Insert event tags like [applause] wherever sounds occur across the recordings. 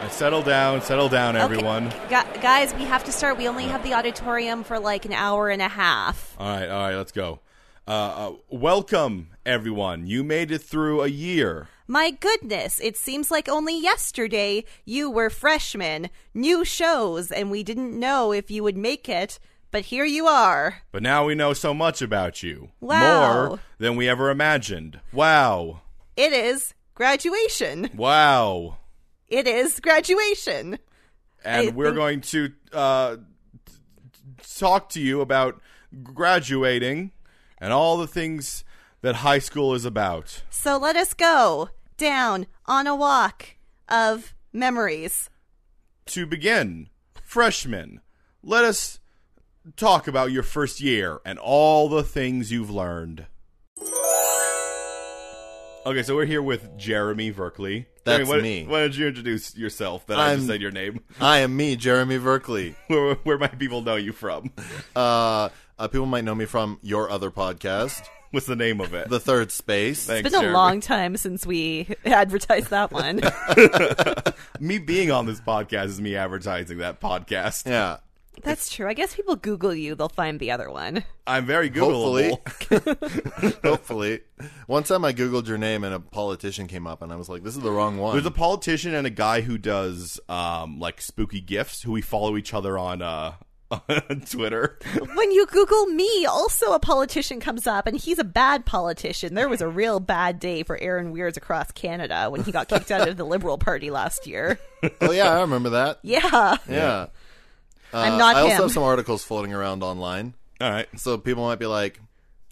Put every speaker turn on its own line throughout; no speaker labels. Uh, Settle down, settle down, everyone.
Gu- guys, we have to start. We only have the auditorium for like an hour and a half.
All right, all right, let's go. Uh, uh, welcome, everyone. You made it through a year.
My goodness, it seems like only yesterday you were freshmen, new shows, and we didn't know if you would make it, but here you are.
But now we know so much about you.
Wow.
More than we ever imagined. Wow.
It is graduation.
Wow.
It is graduation.
And
I
we're
think-
going to uh, t- t- talk to you about graduating and all the things that high school is about.
So let us go down on a walk of memories.
To begin, freshmen, let us talk about your first year and all the things you've learned. Okay, so we're here with Jeremy Verkley.
That's
Jeremy, why-
me.
Why don't you introduce yourself? That I just
I'm-
said your name. [laughs]
I am me, Jeremy Verkley.
Where, where might people know you from?
Uh, uh, people might know me from your other podcast,
What's the name of it?
The Third Space.
Thanks,
It's been a
Jeremy.
long time since we advertised that one.
me being on this podcast is me advertising that podcast.
Yeah,
That's true. I guess people Google you, they'll find the other one.
I'm very
hopefully,
Googleable.
hopefully. One time I googled your name and a politician came up, and I was like, "This is the wrong one."
There's a politician and a guy who does um, like spooky gifts who we follow each other on uh, [laughs] on Twitter.
When you Google me, also a politician comes up, and he's a bad politician. There was a real bad day for Aaron Weir's across Canada when he got kicked out of the Liberal Party last year.
oh yeah, I remember that.
Yeah.
Yeah, Uh,
I'm not
I also
him.
have some articles floating around online,
All right.
so people might be like,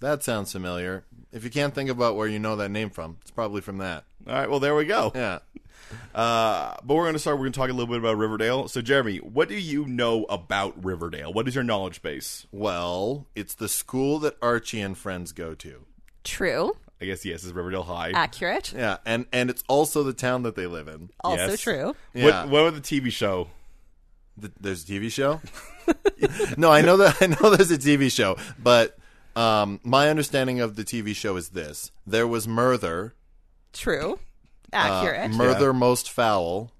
"That sounds familiar." If you can't think about where you know that name from, it's probably from that.
All right. Well, there we go.
Yeah.
Uh, but we're going to start. We're going to talk a little bit about Riverdale. So, Jeremy, what do you know about Riverdale? What is your knowledge base?
Well, it's the school that Archie and friends go to.
True.
I guess yes is Riverdale High.
Accurate.
Yeah, and and it's also the town that they live in.
Also
Yes.
true.
Yeah.
What, what was the TV show?
Th- there's a
[laughs]
TV show. no, I know that I know there's a TV show, but um, my understanding of the TV show is this: there was murder,
True.
uh,
Accurate.
murder most foul,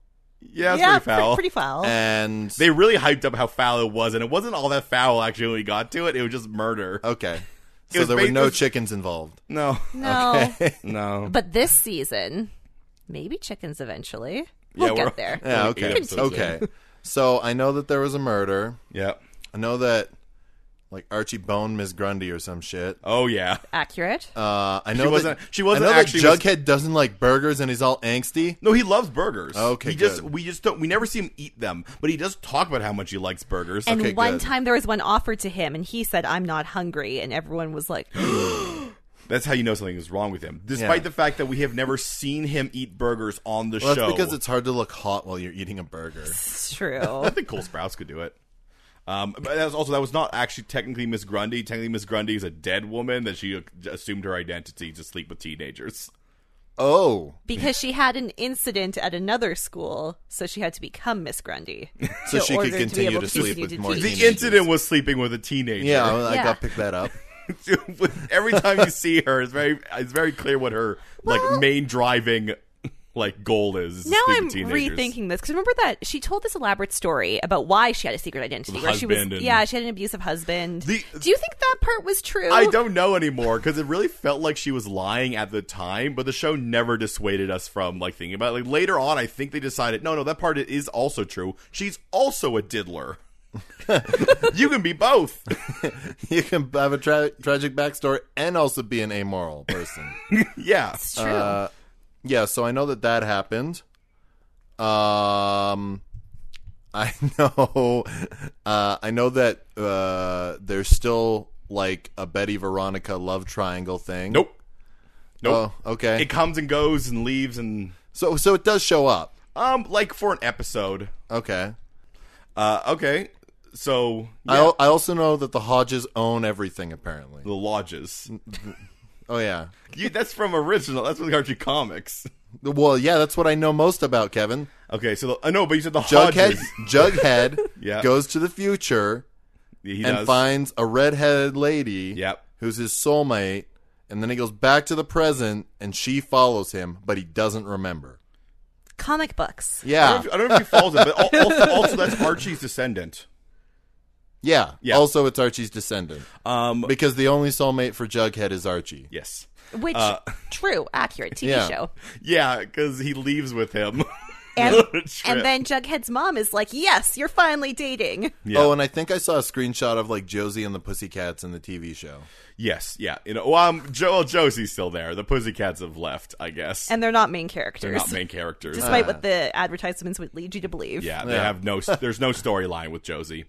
Yeah, it's
yeah,
pretty foul.
pretty foul.
and
they really hyped up how foul it was, and it wasn't all that foul actually when we got to it. It was just murder.
okay,
It
so
was
there were
ba-
no
this-
chickens involved.
No,
no.
no.
But this season, maybe chickens eventually.
Yeah,
We'll
we're-
get there.
Yeah,
Like eight
okay,
episodes
okay. So I know that there was a murder.
Yeah.
I know that like Archie boned Miss Grundy or some shit.
Oh yeah.
Accurate.
Uh, I know
wasn't-
That,
she wasn't
I know that
actually- was-
Jughead doesn't like burgers, and he's all angsty.
No, he loves burgers.
Okay,
he just
good.
we just don't we never see him eat them, but he does talk about how much he likes burgers.
and
okay,
one
good.
time there was one offered to him, and he said, I'm not hungry. And everyone was like,
That's how you know something is wrong with him, despite
Yeah.
the fact that we have never seen him eat burgers on the
Well,
show.
that's because it's hard to look hot while you're eating a burger.
It's
[laughs]
true.
I think Cole Sprouse could do it. Um, but that was also that was not actually technically Miss Grundy. Technically, Miss Grundy is a dead woman that she uh, assumed her identity to sleep with teenagers.
Oh,
because she had an incident at another school, so she had to become Miss Grundy.
So
in
she could
order be
continue
able
to sleep
continue
with
to
more
teach.
The
Teenagers.
incident was sleeping with a teenager.
yeah,
[laughs]
I
Yeah.
got picked that up. [laughs]
Every time you see her, it's very it's very clear what her like main driving like goal is. is to
Now
sleep
I'm
with teenagers.
rethinking this because remember that she told this elaborate story about why she had a secret identity.
The
where she was,
husband and-
yeah, she had an abusive husband.
The-
Do you think that part was true?
I don't know anymore because it really felt like she was lying at the time, but the show never dissuaded us from like thinking about it. Like later on, I think they decided, no, no, that part is also true. She's also a diddler. [laughs] you can be both. [laughs]
You can have a tra- tragic backstory and also be an amoral person.
yeah.
It's true.
uh, yeah, so I know that that happened. Um, I [laughs] know, uh, I know that uh, there's still like a Betty Veronica love triangle thing.
Nope. Nope.
Oh, okay.
It comes and goes and leaves and
so, so it does show up.
um like for an episode.
Okay.
Uh okay. So
I,
yeah,
al- I also know that the Hodges own everything. Apparently.
the lodges.
Oh yeah.
You, that's from original. That's from the Archie comics.
Well, yeah, that's what I know most about, Kevin.
Okay, so the, uh, no, but you said the
Jughead
Hodges.
[laughs] Jughead
Yeah.
goes to the future
He
and
does.
finds a redheaded lady
Yep.
who's his soulmate, and then he goes back to the present and she follows him, but he doesn't remember.
comic books.
I
Yeah.
don't know if, I don't know if he follows it, but al-
[laughs]
also, also that's Archie's descendant.
Yeah.
Yeah.
Also, it's Archie's descendant
Um,
because the only soulmate for Jughead is Archie.
yes.
Which true, accurate TV
yeah.
show.
Yeah, because he leaves with him. [laughs]
And
It's true.
and then Jughead's mom is like, "Yes, you're finally dating."
Yeah.
Oh, and I think I saw a screenshot of like Josie and the Pussycats in the TV show.
yes, yeah. You know, well, um, jo- well, Josie's still there. The Pussycats have left, I guess.
And they're not main characters.
They're not main characters.
Despite what the advertisements would lead you to believe.
yeah, they
Yeah.
have
[laughs]
no. There's no storyline with Josie.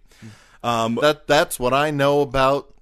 Um,
That that's what I know about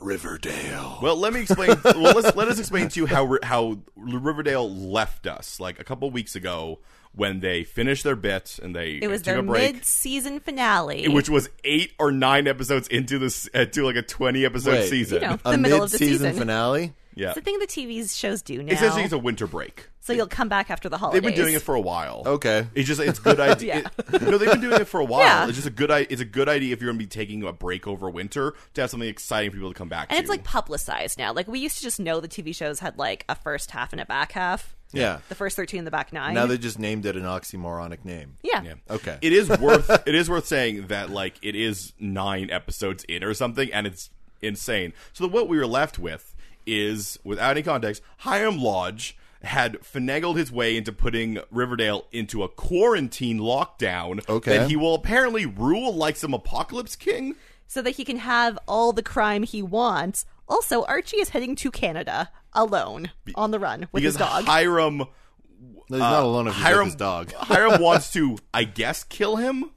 Riverdale.
Well, let me explain. well, let's, let us explain to you how Ri- how Riverdale left us like a couple weeks ago when they finished their bit and they
It was
took
their
a break.
mid-season finale.
which was eight or nine episodes into this uh, to like a twenty episode
Wait.
season.
You know.
A
The middle of the
mid-season
season.
finale.
Yeah,
it's the thing the TV shows do now.
essentially it's a winter break.
so you'll come back after the holidays.
They've been doing it for a while.
Okay.
It's just it's
[laughs]
good idea. it- no, they've been doing it for a while.
Yeah.
It's just a good. i- It's a good idea if you're going to be taking a break over winter to have something exciting for people to come back
and
to.
it's like publicized now. Like we used to just know the TV shows had like a first half and a back half.
Yeah.
The first thirteen, and the back nine.
Now they just named it an oxymoronic name.
yeah.
Yeah.
Okay.
It is worth it is worth saying that like it is nine episodes in or something, and it's insane. So what we were left with is, without any context, Hiram Lodge had finagled his way into putting Riverdale into a quarantine lockdown.
Okay.
that he will apparently rule like some apocalypse king.
So that he can have all the crime he wants. Also, Archie is heading to Canada alone on the run with
because
his dog.
Hiram
No, he's not alone if he's with
Hiram
his dog.
Hiram wants to, I guess, kill him.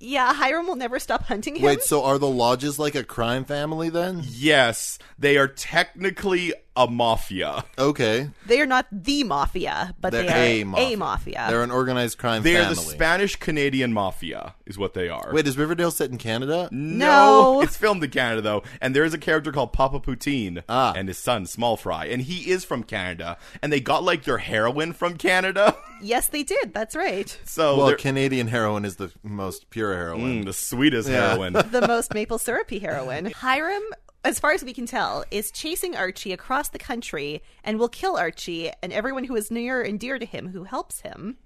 yeah, Hiram will never stop hunting him.
[laughs] Wait, so are the lodges like a crime family then?
Yes, they are technically a mafia.
Okay.
they are not the mafia, but
They're
they are
a mafia.
mafia.
They're an organized crime
They are
family.
the Spanish Canadian mafia, is what they are.
Wait, is Riverdale set in Canada?
no, [laughs]
No.
it's filmed in Canada though, and there is a character called Papa Poutine
Ah.
and his son Small Fry, and he is from Canada, and they got like their heroin from Canada. [laughs]
yes, they did. That's right.
So
Well,
they're-
Canadian heroin is the most pure heroin.
mm, the sweetest
Yeah.
heroin.
the most maple
[laughs]
syrupy heroin. Hiram, as far as we can tell, is chasing Archie across the country and will kill Archie and everyone who is near and dear to him who helps him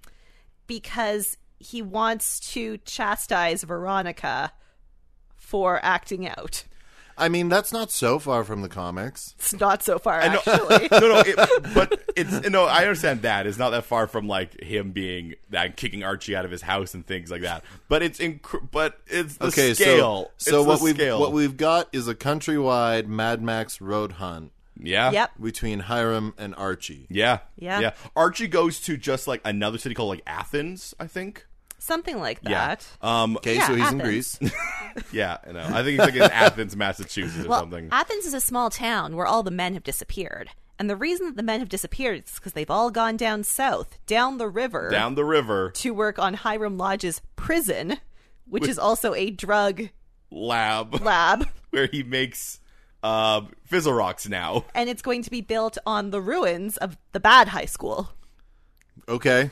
because he wants to chastise Veronica for acting out.
I mean, that's not so far from the comics.
It's not so far,
know- [laughs]
actually.
no, no, it, but it's no. I understand that it's not that far from like him being that kicking Archie out of his house and things like that. But it's inc- but it's the
okay,
scale.
so so
It's
what
the
we've
scale.
what we've got is a countrywide Mad Max road hunt
yeah
yep.
between Hiram and Archie.
yeah
Yeah.
yeah. Archie goes to just like another city called like Athens, I think.
Something like
Yeah.
that.
Um.
Okay,
Yeah,
so he's
Athens.
in Greece.
[laughs]
Yeah. No. I think it's like in Athens, Massachusetts, or
Well,
something.
Athens is a small town where all the men have disappeared. And the reason that the men have disappeared is because they've all gone down south, down the river.
Down the river,
to work on Hiram Lodge's prison, which is also a drug
lab
lab,
[laughs] where he makes uh, fizzle rocks now. [laughs]
and it's going to be built on the ruins of the bad high school.
okay.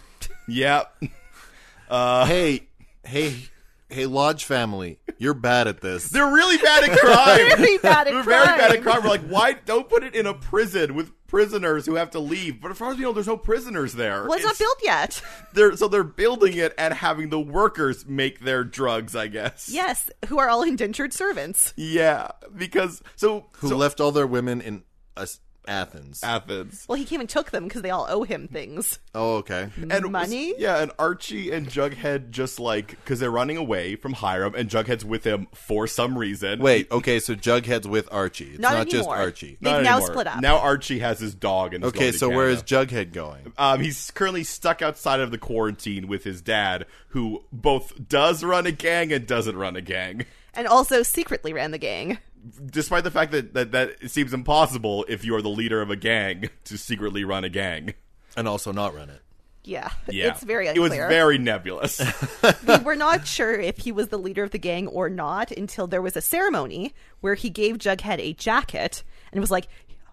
Yeah.
hey, hey, hey, Lodge family, you're bad
[laughs]
at this.
They're really bad at
[laughs]
crime.
Very bad at
We're [laughs]
crime.
very bad at crime. We're like, why don't put it in a prison with prisoners who have to leave? But as far as we know, there's no prisoners there.
Well, it's not built yet.
They're, so they're building it and having the workers make their drugs, I guess.
Yes, who are all indentured servants.
Yeah. Because so
Who left all their women in uh, Athens?
Athens
Well, he came and took them because they all owe him things.
oh, okay.
and
Money?
Yeah, and Archie and Jughead just like because they're running away from Hiram and Jughead's with him for some reason.
Wait, okay, so Jughead's with Archie. It's not,
Not
just
anymore.
Archie.
They've
Not
now
anymore.
split up.
Now Archie has his dog and is
Okay,
going to
so
Canada.
where is Jughead going?
Um, he's currently stuck outside of the quarantine with his dad, who both does run a gang and doesn't run a gang.
And also secretly ran the gang.
Despite the fact that that, that it seems impossible if you are the leader of a gang to secretly run a gang.
And also not run it.
Yeah,
Yeah.
it's very
It was
unclear.
very nebulous. [laughs]
we were not sure if he was the leader of the gang or not until there was a ceremony where he gave Jughead a jacket and was like,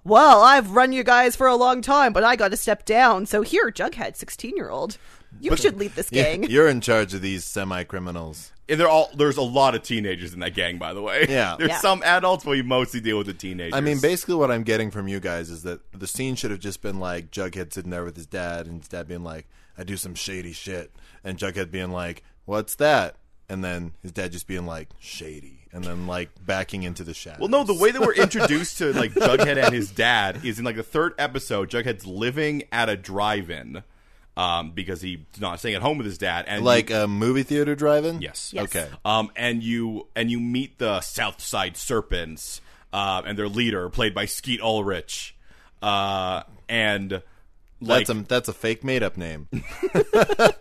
Well, I've run you guys for a long time, but I got to step down. So here, Jughead, 16 year old. You should
[laughs]
lead this gang.
[laughs] You're in charge of these semi criminals.
And they're all there's a lot of teenagers in that gang, by the way.
Yeah.
[laughs] there's
Yeah.
some adults, but you mostly deal with the teenagers.
I mean, basically, what I'm getting from you guys is that the scene should have just been like Jughead sitting there with his dad, and his dad being like, "I do some shady shit," and Jughead being like, "What's that?" And then his dad just being like, "Shady," and then like backing into the shadows.
Well, no, the way that we're introduced to like Jughead and his dad is in like the third episode. Jughead's living at a drive-in um, because he's not staying at home with his dad, and
like a movie theater driving.
yes,
Yes.
Okay.
Um, and you and you meet the South Side Serpents, uh, and their leader played by Skeet Ulrich, uh, and like
That's a that's a fake made up name.
Um, [laughs]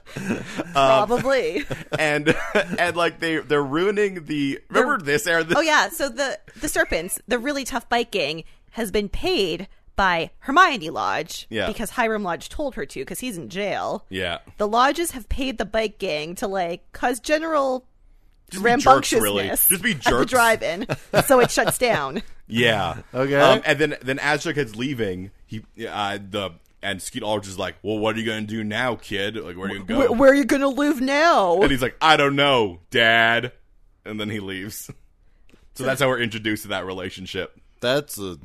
Probably.
and and like they they're ruining the remember this Aaron this,
oh yeah. So the the serpents, the really tough bike gang, has been paid by Hermione Lodge
Yeah.
because Hiram Lodge told her to because he's in jail.
yeah
The lodges have paid the bike gang to like cause general
just be jerks
rambunctiousness
really just be
at the
jerks
drive-in, so it shuts
[laughs]
down.
Yeah.
Okay.
Um, and then then as Jughead's leaving, he uh, the and Skeet Ulrich is like, "Well, what are you gonna do now, kid? Like, where are you going?"
Where, where are you gonna live now?
and he's like, "I don't know, Dad." And then he leaves. [laughs] So that's how we're introduced to that relationship.
That's a.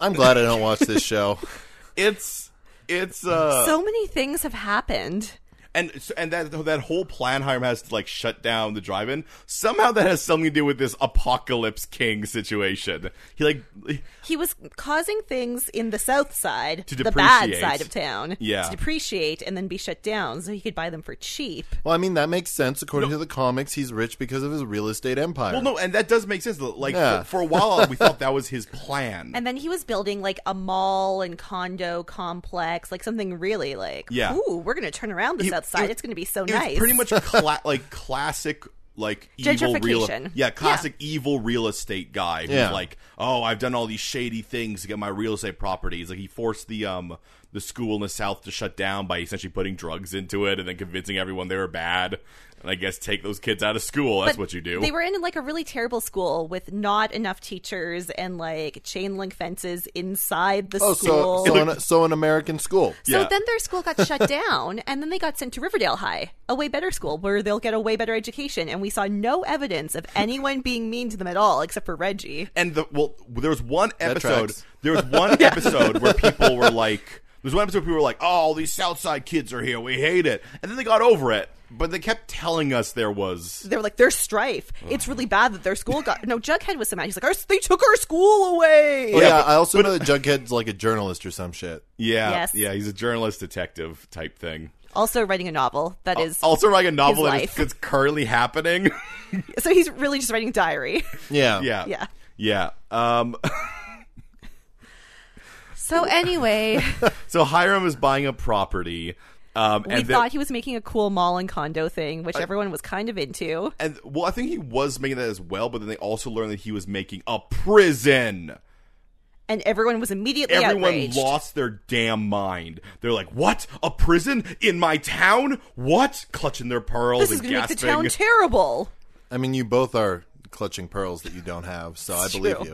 I'm glad I don't watch this
[laughs]
show.
It's it's uh
so many things have happened.
and so- and that that whole plan Hiram has to like shut down the drive-in. Somehow that has something to do with this apocalypse king situation. He like
He was causing things in the south side,
To
the bad
depreciate.
side of town,
Yeah.
to depreciate and then be shut down, so he could buy them for cheap.
Well, I mean that makes sense according to the comics. He's rich because of his real estate empire.
well no, and that does make sense. Like
Yeah.
for a while we thought that was his plan.
[laughs] And then he was building like a mall and condo complex, like something really like,
Yeah.
ooh, we're gonna turn around the
He-
south side.
it-
it's gonna be so
It's
nice.
pretty
[laughs]
much cla- like classic like evil real
Gentrification.
yeah classic evil real estate guy who's
Yeah.
like oh i've done all these shady things to get my real estate properties like he forced the um the school in the south to shut down by essentially putting drugs into it and then convincing everyone they were bad and i guess take those kids out of school that's
But
what you do
They were in like a really terrible school with not enough teachers and like chain link fences inside the
Oh, so
school.
so an, so an American school.
So
Yeah.
then their school got shut [laughs] down, and then they got sent to Riverdale High, a way better school where they'll get a way better education. And we saw no evidence of anyone [laughs] being mean to them at all, except for Reggie.
and the well there was one episode
tracks.
there was one episode where people were like there's one episode where people were like oh all these southside kids are here we hate it and then they got over it but they kept telling us there was
They were like, "There's strife. It's really bad that their school got." No, Jughead was so mad. He's like, our, "They took our school away."
Oh, yeah,
but-
I also know that Jughead's like a journalist or some shit.
yeah
Yes.
yeah he's a journalist detective type thing
Also, writing a novel that
Oh,
is
also writing a novel that is,
life.
that's currently happening [laughs]
so he's really just writing a diary.
Yeah,
yeah
Yeah.
yeah um [laughs]
So anyway,
so hiram is buying a property um
we
and then-
thought he was making a cool mall and condo thing, which everyone was kind of into.
and well, I think he was making that as well, but then they also learned that he was making a prison.
and everyone was immediately
everyone
outraged.
lost their damn mind. They're like, "What? A prison in my town? What?" Clutching their pearls
This is
and
going to make the
gasping.
town terrible.
I mean, you both are clutching pearls that you don't have, so I
It's
believe
true.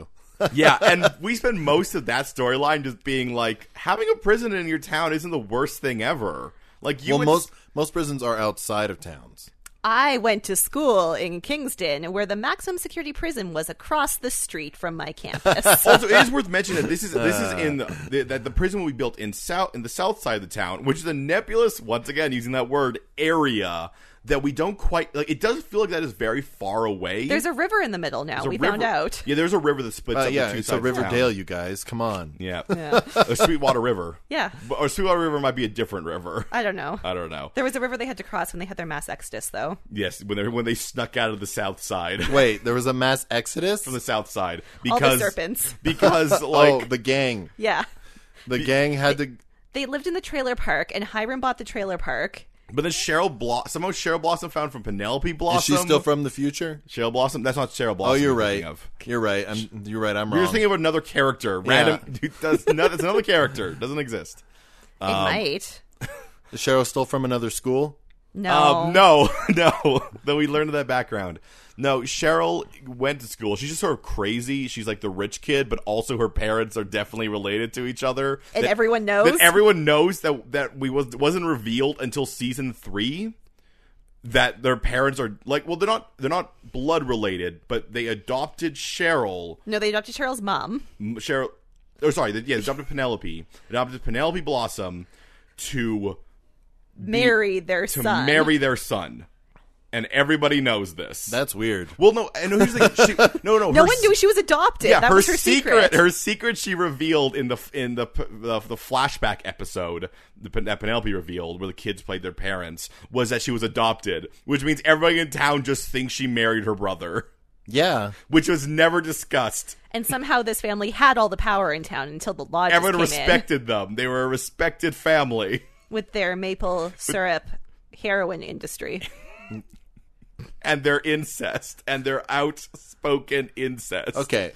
you.
[laughs] yeah, and we spend most of that storyline just being like, having a prison in your town isn't the worst thing ever. Like you,
well,
would-
most most prisons are outside of towns.
I went to school in Kingston, where the maximum security prison was across the street from my
[laughs]
campus.
also, it is worth mentioning that this is this
[laughs]
is in the, that the prison will be built in south in the south side of the town, which is a nebulous once again using that word area that we don't quite like. It does feel like that is very far away.
There's a river in the middle now.
There's
We
a
found
river-
out.
Yeah, there's a river that splits
Uh,
up
yeah,
the two
it's
sides.
a
of town.
Riverdale, you guys. Come on.
Yeah. [laughs]
Yeah.
or Sweetwater River.
Yeah.
B- Or Sweetwater River might be a different river.
I don't know.
I don't know.
There was a river they had to cross when they had their mass exodus, though.
Yes, when they when they snuck out of the south side, [laughs] from
Wait, there was a mass exodus.
the south side
All
because
the serpents. [laughs]
because
oh,
like
the gang.
Yeah.
The gang had to.
They lived in the trailer park, and Hiram bought the trailer park.
but then Cheryl Blossom somehow Cheryl Blossom found from Penelope
Is
Blossom.
she still from the future?
Cheryl Blossom? That's not Cheryl Blossom.
Oh, you're
I'm thinking
right. Um,
Of.
You're right. I'm. You're right. I'm
You're
wrong.
just thinking of another character. Random. [laughs] Dude, that's, not, that's another character. Doesn't exist.
It might.
Is Cheryl still from another school?
No.
Um, no, [laughs] no. Though we learned that background. No, Cheryl went to school. She's just sort of crazy. She's like the rich kid, but also her parents are definitely related to each other.
And
That-
everyone knows?
That everyone knows that that we was wasn't revealed until season three. That their parents are like, well, they're not they're not blood related, but they adopted Cheryl
No, they adopted Cheryl's mom.
M- Cheryl, or sorry, the, yeah, they adopted Penelope, adopted Penelope Blossom to
Married their
to
son.
marry their son, and everybody knows this.
That's weird.
well, no, and here's the thing, she, no, no,
[laughs] no
her
one
s-
knew she was adopted.
Yeah,
that
her,
was her
secret, [laughs] her secret, she revealed in the f- in the p- the, the flashback episode the, Pen- that Penelope revealed, where the kids played their parents, was that she was adopted, which means everybody in town just thinks she married her brother,
Yeah.
which was never discussed.
and somehow this family had all the power in town until the lodge
Everyone
came
respected them; they were a respected family.
in with their maple syrup heroin industry.
[laughs] and their incest and their outspoken incest.
Okay.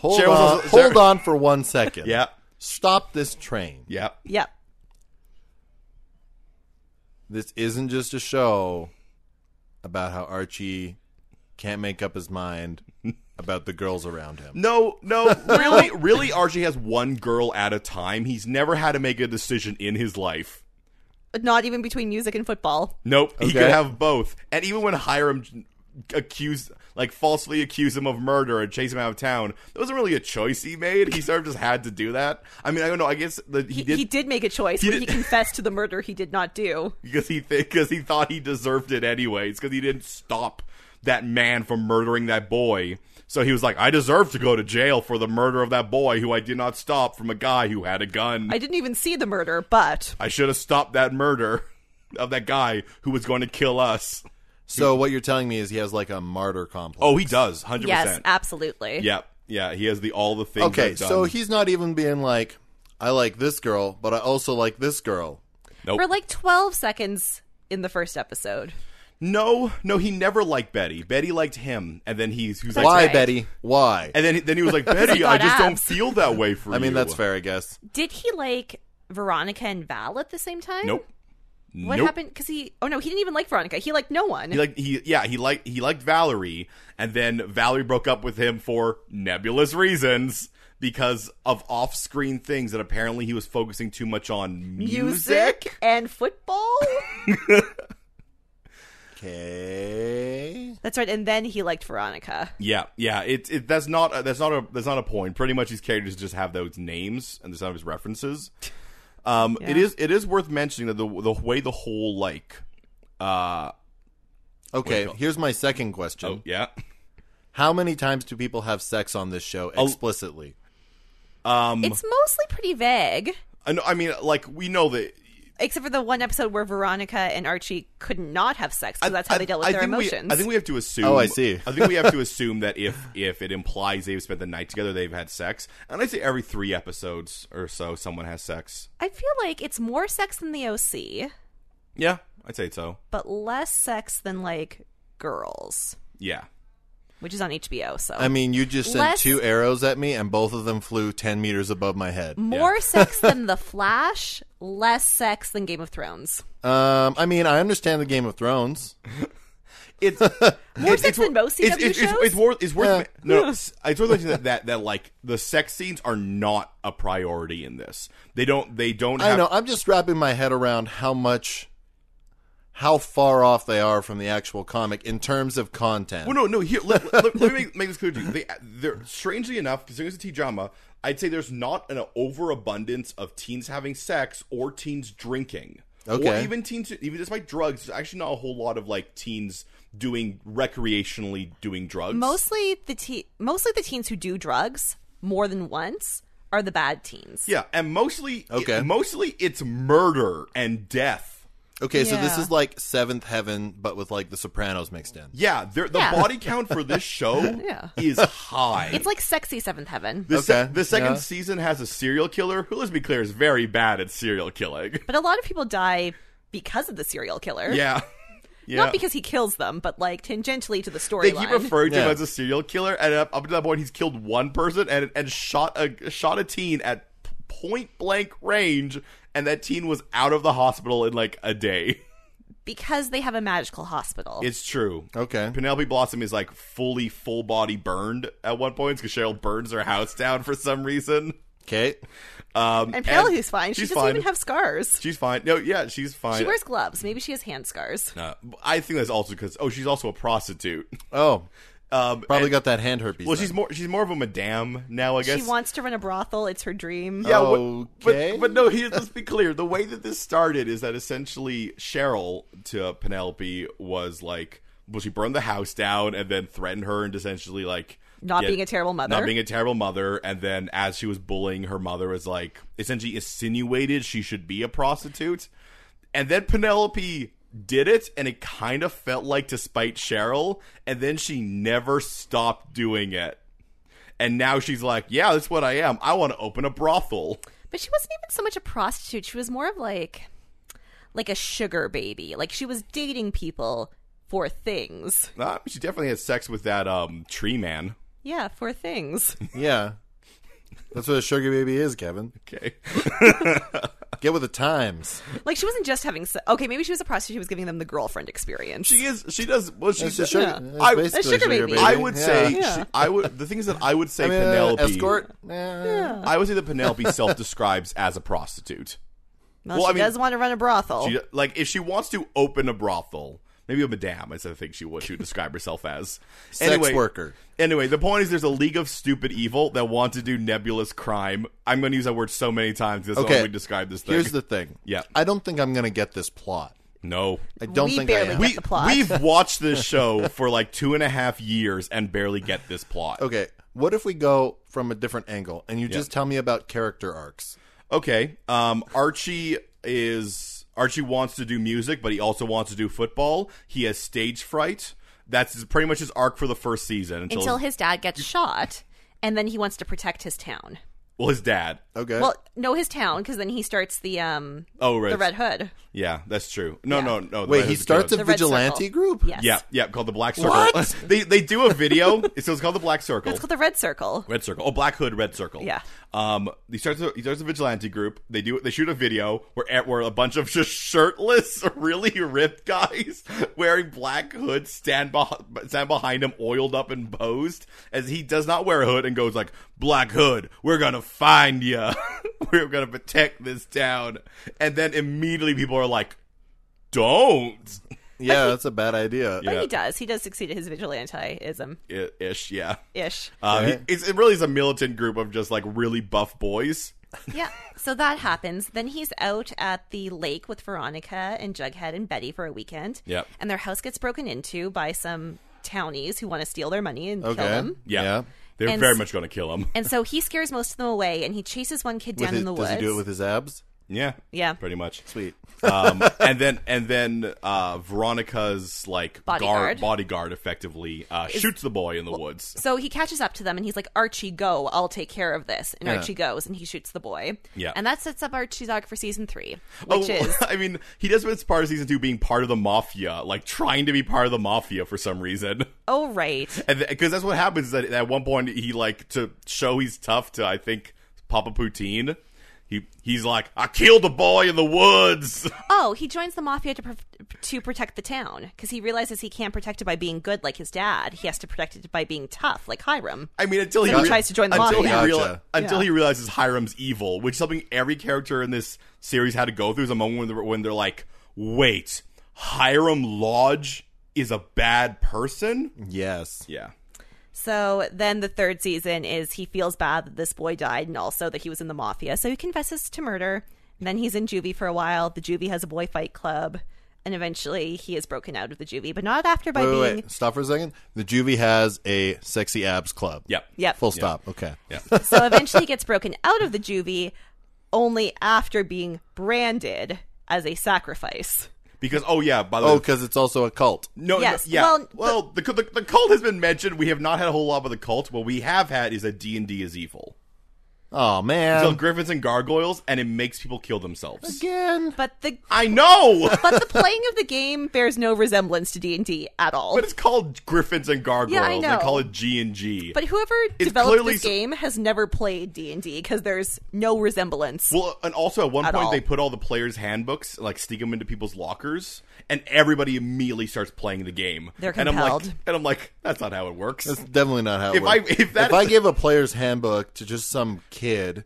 Hold
Cheryl's
on.
also-
hold
Cher-
on for one second.
Yeah.
Stop this train.
Yeah.
Yep.
This isn't just a show about how Archie can't make up his [laughs] mind about the girls around him.
No, no, really, really, Archie has one girl at a time. He's never had to make a decision in his life.
Not even between music and football.
Nope, he
Okay.
could have both. And even when Hiram accused, like, falsely accused him of murder and chased him out of town, that wasn't really a choice he made. He sort of just had to do that. I mean, I don't know. I guess that he,
He,
did.
he did make a choice
he
when he
did-
confessed to the murder he did not do.
because he because he thought he deserved it anyways because he didn't stop that man from murdering that boy. So he was like, I deserve to go to jail for the murder of that boy who I did not stop from a guy who had a gun.
I
I,
didn't even see the murder, but
should have stopped that murder [laughs] of that guy who was going to kill us.
So what you're telling me is he has like a martyr complex.
Oh, he does, hundred
yes,
percent.
absolutely.
Yeah, yeah, he has the all the things.
okay.
I've done.
So he's not even being like, I like this girl, but I also like this girl.
Nope.
For like 12 seconds in the first episode.
no, no, he never liked Betty. Betty liked him, and then he, he was like,
Why,
right.
Betty? Why?
and then then he
[laughs]
was like, Betty, I
got
just don't
abs."
feel that way for
I
you.
mean, that's fair, I guess.
Did he like Veronica and Val at the same time?
Nope.
What
nope.
happened? Because he, oh no, he didn't even like Veronica. He liked no one.
He liked he yeah he liked he liked Valerie, and then Valerie broke up with him for nebulous reasons because of off-screen things that apparently he was focusing too much on music. [laughs]
and football.
Okay.
That's right. And then he liked Veronica.
Yeah, yeah. It, it that's not a, that's not a that's not a point. Pretty much, his characters just have those names and the sound of his
[laughs]
references. Um, it
Yeah.
is it is worth mentioning that the the way the whole like uh
Okay. Here's my second question.
oh yeah
How many times do people have sex on this show
Oh.
explicitly?
um
It's mostly pretty vague,
I, know, I mean like we know that
except for the one episode where Veronica and Archie could not have sex because that's how they dealt with their
think we-
emotions.
I think we have to assume.
Oh, I see.
I think we have to assume that if if it implies they've spent the night together, they've had sex. And I say every three episodes or so, someone has sex.
I feel like it's more sex than the OC,
Yeah, I'd say so.
but less sex than like girls,
Yeah,
which is on HBO. So
I mean, you just sent
Less-
two arrows at me, and both of them flew 10 meters above my head.
[laughs]
more sex than The Flash, less sex than Game of Thrones.
Um, I mean, I understand the Game of Thrones.
Mm-hmm.
[laughs]
it's more
sex than most
it's,
CW
it's, it's,
shows?
it's worth. It's worth.
Yeah.
No, no, it's it's worth mentioning that, that that like the sex scenes are not a priority in this. They don't. They don't. Have,
I know. I'm just wrapping my head around how much, how far off they are from the actual comic in terms of content.
Well, no, no. Here, let, let, let me make, make this clear to you. They, they're strangely enough, considering it's a teen drama, I'd say there's not an overabundance of teens having sex or teens drinking, or
Okay.
even teens, even despite drugs. There's actually not a whole lot of like teens doing recreationally doing drugs.
Mostly the te- mostly the teens who do drugs more than once are the bad teens.
yeah, and mostly,
Okay.
mostly it's murder and death.
Okay, so this
Yeah.
is like Seventh Heaven, but with like The Sopranos mixed in.
Yeah, they're- the
Yeah.
body count for
[laughs]
this show
Yeah.
is high.
It's like sexy Seventh Heaven.
the, se-
Okay,
the second
yeah.
season has a serial killer who, let's be clear, is very bad at serial killing.
But a lot of people die because of the serial killer.
Yeah. Yeah.
Not because he kills them, but like tangentially to the
they keep
storyline.
referring to him
Yeah.
as a serial killer, and up, up to that point, he's killed one person and and shot a shot a teen at p- point blank range, and that teen was out of the hospital in like a day.
because they have a magical hospital.
It's true.
Okay.
Penelope Blossom is like fully full body burned at one point because Cheryl burns her house down for some reason.
Okay.
Um,
and Penelope's fine. She
she's
doesn't
fine.
even have scars.
She's fine. No, yeah, she's fine.
She wears gloves. Maybe she has hand scars.
Uh, I think that's also because oh, she's also a prostitute.
Oh,
Um,
probably
and-
got that hand herpes.
Well,
then.
she's more she's more of a madame now, I guess.
She wants to run a brothel. It's her dream.
Yeah, what-
Okay.
but, but no, here, let's be clear. The way that this started is that essentially Cheryl to Penelope was like, well, she burned the house down and then threatened her and essentially like
Not being a terrible mother.
not being a terrible mother. And then as she was bullying, her mother was like essentially insinuated she should be a prostitute. And then Penelope did it, and it kind of felt like to spite Cheryl. And then she never stopped doing it. And now she's like, yeah, that's what I am. I want to open a brothel.
But she wasn't even so much a prostitute. She was more of like like a sugar baby. Like she was dating people for things.
Uh, she definitely had sex with that um, tree man.
Yeah,
[laughs]
for things.
yeah. That's what a sugar baby is, Kevin.
Okay. [laughs]
Get with the times.
like she wasn't just having se- Okay, maybe she was a prostitute. She was giving them the girlfriend experience.
She is, she does, well, she's
That's a sugar,
Yeah.
that's
I-
basically
A sugar baby.
I would
Yeah.
say,
Yeah.
she, I would, the things that I would say
I mean, uh,
Penelope.
escort. Eh.
I would say that Penelope self describes as a prostitute.
well,
well,
she
I mean-
does want to run a brothel.
She uh, like if she wants to open a brothel, maybe a madame is the thing she would she would describe herself as.
Sex worker.
Anyway, the point is there's a league of stupid evil that want to do nebulous crime. I'm going to use that word so many times. That's
Okay.
how we describe this thing.
Here's the thing.
Yeah.
I don't think I'm gonna get this plot.
no.
I don't
We
think
barely
I am.
get-
We,
the plot.
we've watched this show for like two and a half years and barely get this plot.
okay. What if we go from a different angle and you just tell me about character arcs?
Okay. Um, Archie is Archie wants to do music, but he also wants to do football. He has stage fright. That's pretty much his arc for the first season until,
until his dad gets shot and then he wants to protect his town.
well his dad.
Okay.
Well, no his town because then he starts the um
Uh, Oh right,
the Red Hood.
Yeah, that's true. No,
Yeah.
no, no. the
Wait,
Red
he
Hood's
starts a
good.
The Red
vigilante
Circle.
group.
Yes.
yeah, yeah, called the Black Circle. [laughs]
What?
they they do a video. so it's called the Black Circle.
It's called the Red Circle.
Red Circle. Oh, Black Hood, Red Circle.
Yeah.
Um, he starts. A, he starts a vigilante group. They do. They shoot a video where where a bunch of just shirtless, [laughs] really ripped guys [laughs] wearing black hoods stand behind stand behind him, oiled up and posed, as he does not wear a hood and goes like, "Black Hood, we're gonna find you. [laughs] we're gonna protect this town." And then immediately people are like, "Don't." [laughs]
Yeah, that's a bad idea.
But
Yeah.
he does. He does succeed at his vigilanteism
I- Ish. Yeah.
ish.
Um,
Okay.
it's, it really is a militant group of just like really buff boys.
Yeah. So that happens. Then he's out at the lake with Veronica and Jughead and Betty for a weekend.
Yep.
And their house gets broken into by some townies who want to steal their money and
Okay.
kill them.
Yeah.
Yeah.
They're
And
very
s-
much going to kill him.
And so he scares most of them away and he chases one kid
With
down
his-
in the
does
woods.
he do it with his abs?
[laughs] Yeah.
Yeah.
Pretty much.
Sweet.
Um, and then and then uh, Veronica's like
Bodyguard.
guard bodyguard effectively uh, shoots the boy in the woods.
so he catches up to them and he's like, Archie, go. I'll take care of this. And
Yeah.
Archie goes and he shoots the boy.
Yeah.
And that sets up Archie's arc for season three, which
Oh,
[laughs]
is
[laughs] I mean, he does spend part of season two being part of the mafia, like trying to be part of the mafia for some reason. [laughs]
oh right,
And because that's what happens. Is that at one point he like to show he's tough to I think Papa Poutine. He he's like I killed a boy in the woods. [laughs]
oh he joins the mafia to pro- to protect the town because he realizes he can't protect it by being good like his dad. He has to protect it by being tough like Hiram.
I mean, until he,
Then he
rea-
tries to join the
until
mafia.
He reali-
Gotcha.
Until
Yeah.
he realizes Hiram's evil, which is something every character in this series had to go through. Is a moment when they're, when they're like, "Wait, Hiram Lodge is a bad person."
Yes.
Yeah,
So then the third season is he feels bad that this boy died and also that he was in the mafia. So he confesses to murder. And then he's in juvie for a while. The juvie has a boy fight club. And eventually he is broken out of the juvie, but not after by
Wait, wait,
being.
wait. Stop for a second. The juvie has a sexy abs club.
yep,
Yep.
Full stop. Okay.
yeah.
[laughs]
so eventually he gets broken out of the juvie only after being branded as a sacrifice.
Because oh yeah, by the
Oh,
way,
because it's also a cult.
no,
yes,
no, yeah.
well,
Well, the, the the cult has been mentioned. We have not had a whole lot of the cult. What we have had is a D and D is evil.
Oh
Until
man.
griffins and gargoyles, and it makes people kill themselves.
Again.
But the
I know, [laughs]
but the playing of the game bears no resemblance to D and D at all.
but it's called griffins and gargoyles.
Yeah, I know.
They call it G and G.
But whoever
It's
developed
clearly
this
so-
game has never played D and D because there's no resemblance.
Well, and also at one
At
point
all.
they put all the players' handbooks, like stick them into people's lockers, and everybody immediately starts playing the game.
They're
and I'm like,
compelled.
and I'm like, that's not how it works.
That's definitely not how it
If I-
works.
if that is-
I give a player's handbook to just some kid,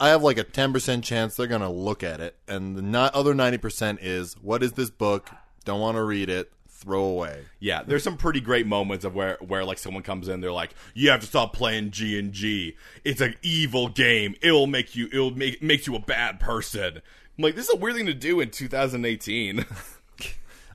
I have like a ten percent chance they're gonna look at it, and the not other ninety percent is what is this book? Don't want to read it. Throw away.
Yeah, there's some pretty great moments of where where like someone comes in, they're like, "You have to stop playing G and G. It's an evil game. It'll make you. It'll make makes you a bad person." I'm like, this is a weird thing to do in [laughs] 2018.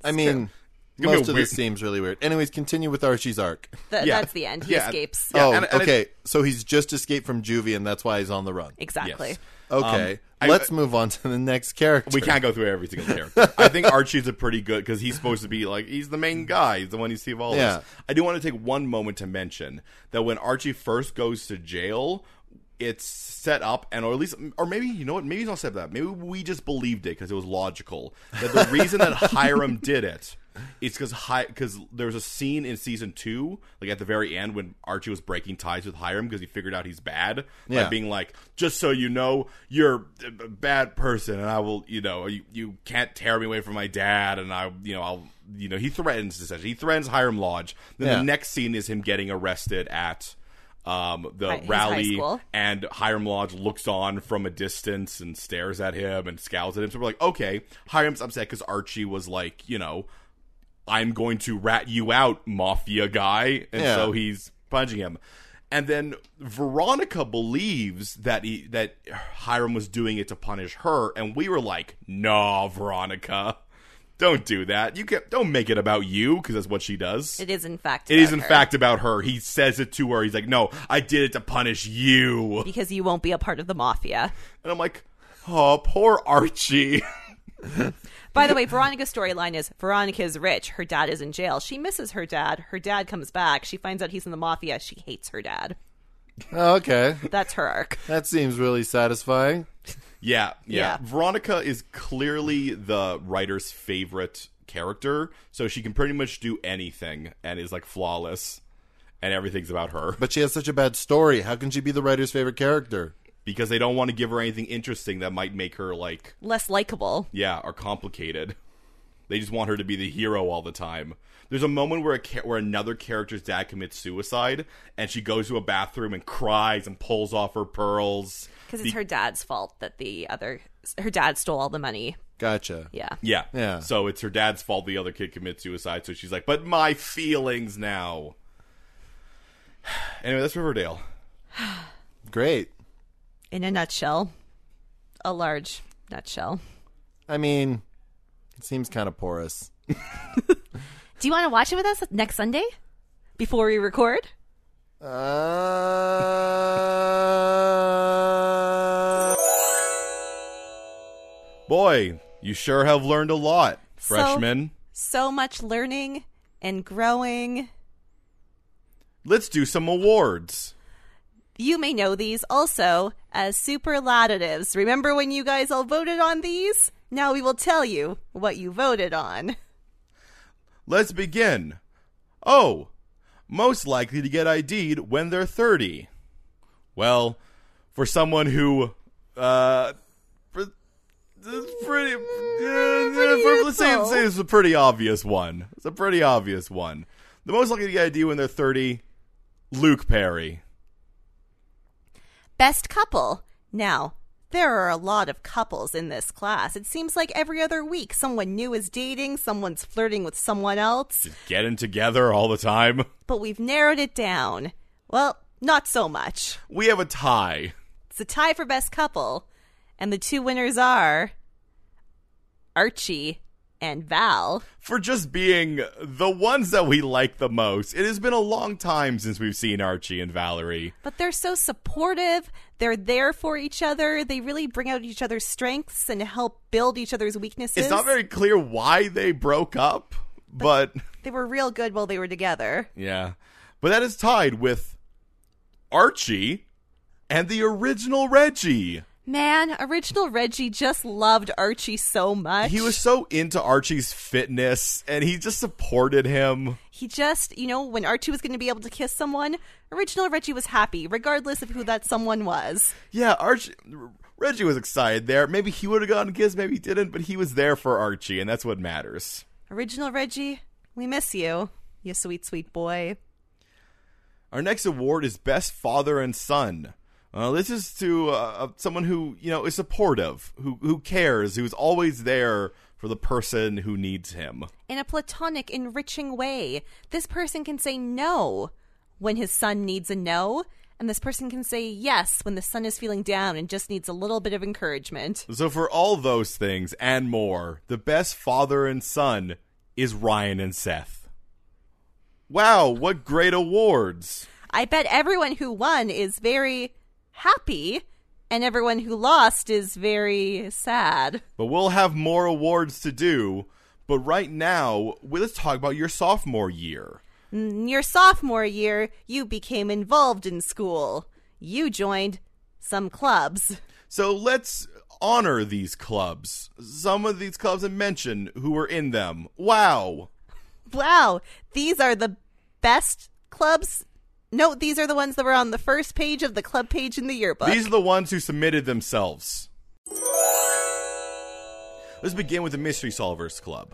I mean,
gonna be
most
a
of
weird-
this seems really weird. Anyways, continue with Archie's arc.
Th-
yeah.
That's the end. He
Yeah. Uh,
escapes.
Yeah,
oh,
and- and it-
okay. So he's just escaped from juvie, and that's why he's on the run.
Exactly.
Yes.
Okay,
Um, I-
let's move on to the next character.
[laughs] We can't go through every single character. I think Archie's a pretty good because he's supposed to be like he's the main guy. He's the one you see of all
Yeah.
this. I do want to take one moment to mention that when Archie first goes to jail, it's set up and or at least or maybe you know what maybe it's not set up. Maybe we just believed it because it was logical that the reason that
[laughs]
Hiram did it. It's because because there was a scene in season two, like at the very end when Archie was breaking ties with Hiram because he figured out he's bad by
Yeah.
being like, just so you know, you're a bad person, and I will, you know, you, you can't tear me away from my dad, and I, you know, I'll, you know, he threatens essentially, he threatens Hiram Lodge. Then
Yeah.
the next scene is him getting arrested at. Um, the
Hi- his high
rally
school.
and Hiram Lodge looks on from a distance and stares at him and scowls at him. So we're like, okay, Hiram's upset because Archie was like, you know, I'm going to rat you out, mafia guy. And
Yeah.
so he's punching him. And then Veronica believes that he that Hiram was doing it to punish her, and we were like, "No, Veronica, don't do that. You can don't make it about you because that's what she does.
It is in fact.
it is in
about her.
fact about her. He says it to her. He's like, "No, I did it to punish you."
because you won't be a part of the mafia.
And I'm like, "Oh, poor Archie." [laughs]
By the way, Veronica's storyline is Veronica is rich. Her dad is in jail. She misses her dad. Her dad comes back. She finds out he's in the mafia. She hates her dad.
Oh, [laughs] okay,
That's her arc.
that seems really satisfying.
Yeah, yeah,
Yeah.
Veronica is clearly the writer's favorite character, so she can pretty much do anything and is like flawless, and everything's about her
But she has such a bad story. How can she be the writer's favorite character?
because they don't want to give her anything interesting that might make her like
Less likable.
yeah or complicated. They just want her to be the hero all the time. There's a moment where a cha- where another character's dad commits suicide, and she goes to a bathroom and cries and pulls off her pearls.
Because it's her dad's fault that the other her dad stole all the money.
Gotcha.
Yeah.
Yeah.
Yeah.
So it's her dad's fault the other kid commits suicide, so she's like, but my feelings now. [sighs] Anyway, that's Riverdale.
Great.
In a nutshell, a large nutshell.
I mean, it seems kind of porous.
Do you want to watch it with us next Sunday before we record?
Uh...
Boy, you sure have learned a lot, freshman.
So much learning and growing.
Let's do some awards.
You may know these also as superlatives. Remember when you guys all voted on these? Now we will tell you what you voted on.
Let's begin. Oh, most likely to get ID'd when they're 30. Well, for someone who, uh, pr- it's pretty, yeah, yeah, for- let's say,
youthful.
say it's a pretty obvious one. It's a pretty obvious one. The most likely to get ID when they're 30, Luke Perry.
Best couple. Now, there are a lot of couples in this class. It seems like every other week someone new is dating, someone's flirting with someone else,
Just getting together all the time.
but we've narrowed it down. Well, not so much.
We have a tie.
It's a tie for best couple, and the two winners are Archie and Val.
for just being the ones that we like the most. It has been a long time since we've seen Archie and Valerie.
But they're so supportive. They're there for each other. They really bring out each other's strengths and help build each other's weaknesses.
It's not very clear why they broke up, but,
They were real good while they were together.
yeah. But that is tied with Archie and the original Reggie.
Man, original Reggie just loved Archie so much.
He was so into Archie's fitness and he just supported him.
He just, you know, when Archie was going to be able to kiss someone, original Reggie was happy, regardless of who that someone was.
Yeah, Archie Reggie was excited there. Maybe he would have gotten kissed, maybe he didn't, but he was there for Archie and that's what matters.
Original Reggie, we miss you, you sweet, sweet boy.
Our next award is Best Father and Son. Uh, this is to uh, someone who you know is supportive, who who cares, who's always there for the person who needs him.
In a platonic, enriching way, this person can say no when his son needs a no, and this person can say yes when the son is feeling down and just needs a little bit of encouragement.
So for all those things and more, the best father and son is Ryan and Seth. Wow, what great awards!
I bet everyone who won is very happy, and everyone who lost is very sad.
But we'll have more awards to do. But right now, we- let's talk about your sophomore year.
In your sophomore year, you became involved in school. You joined some clubs.
So let's honor these clubs. Some of these clubs and mention who were in them. Wow.
Wow, these are the best clubs. No, these are the ones that were on the first page of the club page in the yearbook.
These are the ones who submitted themselves. Let's begin with the Mystery Solvers Club.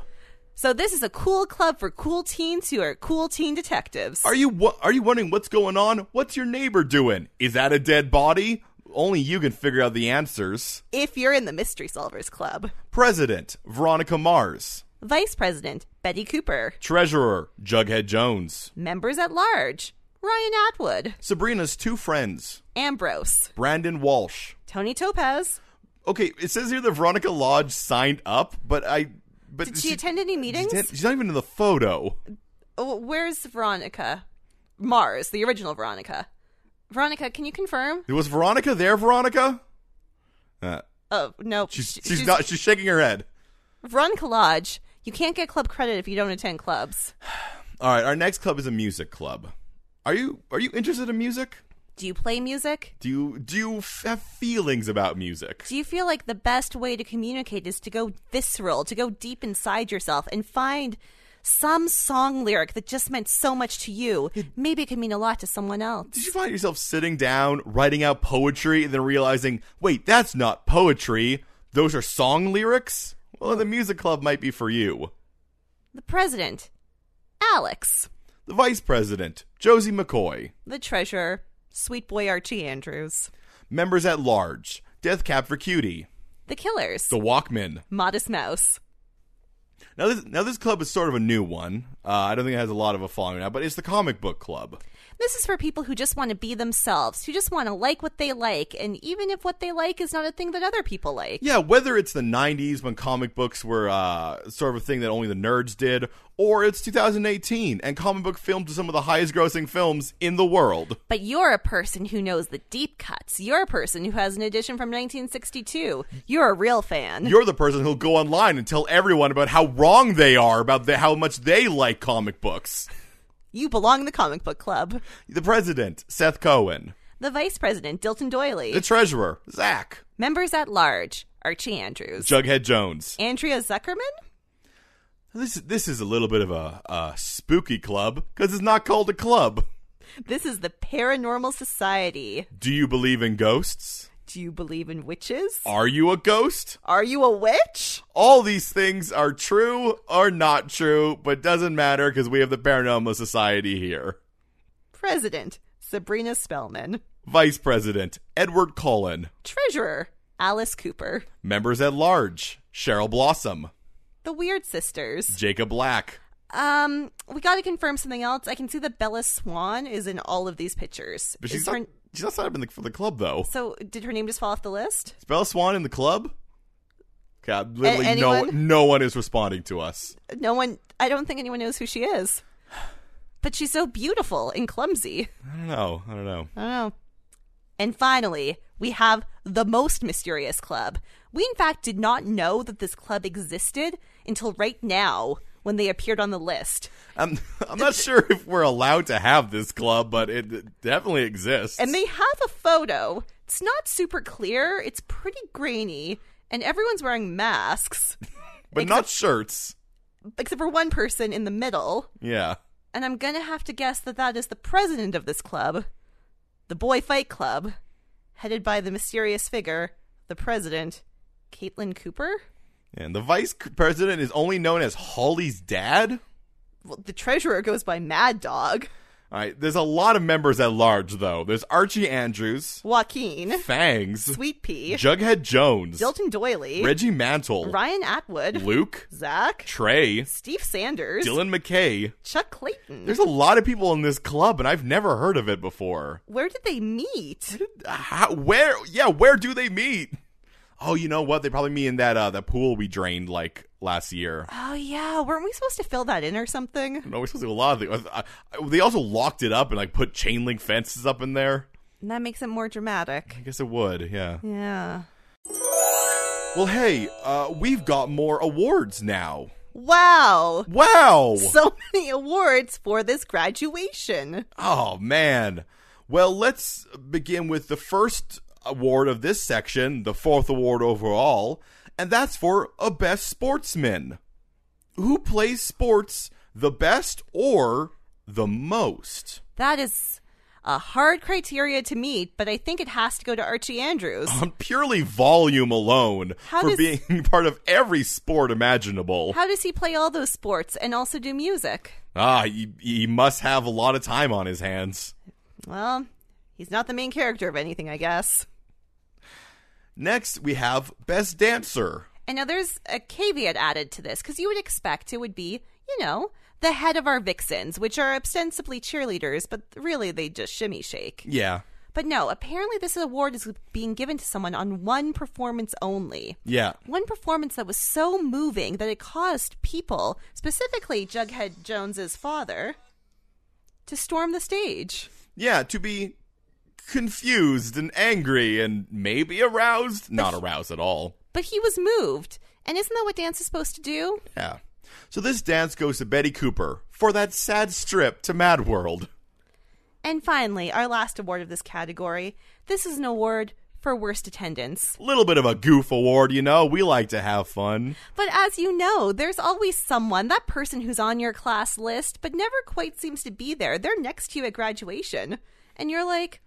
so this is a cool club for cool teens who are cool teen detectives.
Are you wo- are you wondering what's going on? What's your neighbor doing? Is that a dead body? Only you can figure out the answers.
if you're in the Mystery Solvers Club.
President Veronica Mars,
Vice President Betty Cooper.
Treasurer Jughead Jones,
Members at large Ryan Atwood,
Sabrina's two friends,
Ambrose,
Brandon Walsh.
Tony Topaz.
Okay, it says here that Veronica Lodge signed up, but I but
Did she, attend any
she
meetings?
didn't- she's not even in the photo.
Oh, where's Veronica? Mars, the original Veronica. Veronica, can you confirm?
Was Veronica there, Veronica? Uh,
Oh no,
She's,
She-
she's not. She's shaking her head.
Veronica Lodge. You can't get club credit if you don't attend clubs.
All right. Our next club is a music club. Are you Are you interested in music?
Do you play music?
Do you Do you f- have feelings about music?
Do you feel like the best way to communicate is to go visceral, to go deep inside yourself and find some song lyric that just meant so much to you? Maybe it could mean a lot to someone else.
Did you find yourself sitting down, writing out poetry, and then realizing, wait, that's not poetry. Those are song lyrics. Well, the music club might be for you.
The president, Alex.
The vice president, Josie McCoy.
The treasurer, sweet boy Archie Andrews.
Members at large, Death Cab for Cutie,
The killers,
The Walkmen,
Modest Mouse.
Now this now this club is sort of a new one. Uh, I don't think it has a lot of a following now, but it's the comic book club.
This is for people who just want to be themselves, who just want to like what they like, and even if what they like is not a thing that other people like.
Yeah, whether it's the '90s when comic books were uh, sort of a thing that only the nerds did, or it's 2018 and comic book films are some of the highest-grossing films in the world.
But you're a person who knows the deep cuts. You're a person who has an edition from 1962. You're a real fan.
You're the person who'll go online and tell everyone about how wrong they are about the, how much they like comic books.
you belong in the comic book club.
The president, Seth Cohen.
The vice president, Dilton Doily.
The treasurer, Zach.
Members at large, Archie Andrews.
Jughead Jones.
Andrea Zuckerman?
This this is a little bit of a, a spooky club because it's not called a club.
This is the Paranormal Society.
Do you believe in ghosts?
Do you believe in witches?
Are you a ghost?
Are you a witch?
All these things are true or not true, but doesn't matter because we have the Paranormal Society here.
President, Sabrina Spellman.
Vice President Edward Cullen,
Treasurer, Alice Cooper.
members at large Cheryl Blossom,
The Weird Sisters.
Jacob Black,
Um, we gotta confirm something else. I can see that Bella Swan is in all of these pictures.
but
Is
she's
her-
not, she's not signed up in the, for the club though.
so, did her name just fall off the list?
Is Bella Swan in the club? God, literally no
anyone?
no one is responding to us.
No one, I don't think anyone knows who she is. [sighs] But she's so beautiful and clumsy.
I don't know. I don't know.
I don't know. And finally, we have the most mysterious club. We, in fact, did not know that this club existed until right now when they appeared on the list.
I'm [laughs] I'm not sure if we're allowed to have this club, but it definitely exists.
And they have a photo. It's not super clear, it's pretty grainy, and everyone's wearing masks,
but not shirts.
except for one person in the middle.
Yeah.
And I'm going to have to guess that that is the president of this club, the Boy Fight Club, headed by the mysterious figure, the president, Caitlin Cooper?
And the vice c- president is only known as Holly's dad.
Well, the treasurer goes by Mad Dog,
All right, there's a lot of members at large though. There's Archie Andrews,
Joaquin,
Fangs,
Sweet Pea,
Jughead Jones,
Dilton Doily,
Reggie Mantle,
Ryan Atwood,
Luke,
Zach,
Trey,
Steve Sanders,
Dylan McKay.
Chuck Clayton.
There's a lot of people in this club, and I've never heard of it before.
Where did they meet?
How, where? Yeah, where do they meet? Oh, you know what? They probably meet in that uh, that pool we drained like last year.
Oh yeah, weren't we supposed to fill that in or something?
No, we're supposed to do a lot of things. I- I- They also locked it up and like put chain link fences up in there.
And that makes it more dramatic.
I guess it would, yeah.
Yeah.
Well, hey, uh, we've got more awards now.
Wow.
Wow!
[laughs] So many awards for this graduation.
Oh man. Well, let's begin with the first award of this section, the fourth award overall, and that's for a best sportsman. Who plays sports the best or the most? [laughs]
That is a hard criteria to meet, but I think it has to go to Archie Andrews.
On purely volume alone
How
for
does-
being [laughs] part of every sport imaginable.
How does he play all those sports and also do music?
ah, he, he must have a lot of time on his hands.
Well, he's not the main character of anything, I guess.
Next, we have best dancer.
And now there's a caveat added to this because you would expect it would be, you know, the head of our vixens, which are ostensibly cheerleaders, but really they just shimmy shake.
Yeah.
But no, apparently this award is being given to someone on one performance only.
Yeah.
One performance that was so moving that it caused people, specifically Jughead Jones's father, to storm the stage.
yeah, to be confused and angry and maybe aroused.
[laughs]
Not aroused at all.
But he was moved. And isn't that what dance is supposed to do?
Yeah. So this dance goes to Betty Cooper for that sad strip to Mad World.
And finally, our last award of this category. This is an award for worst attendance.
A little bit of a goof award, you know. We like to have fun.
But as you know, there's always someone, that person who's on your class list, but never quite seems to be there. They're next to you at graduation. And you're like,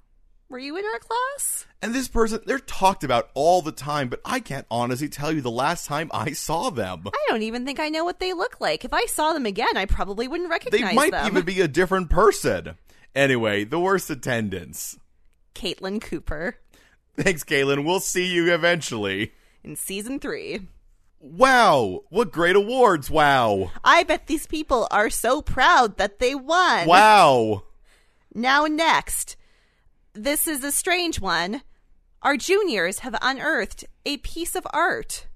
were you in our class?
And this person, they're talked about all the time, but I can't honestly tell you the last time I saw them.
I don't even think I know what they look like. If I saw them again, I probably wouldn't
They
recognize
might
them.
even be a different person. Anyway, the worst attendance. [laughs]
Caitlin Cooper
Thanks, Galen. We'll see you eventually.
in season three.
Wow, what great awards! Wow,
I bet these people are so proud that they won.
wow.
Now, next. This is a strange one. Our juniors have unearthed a piece of art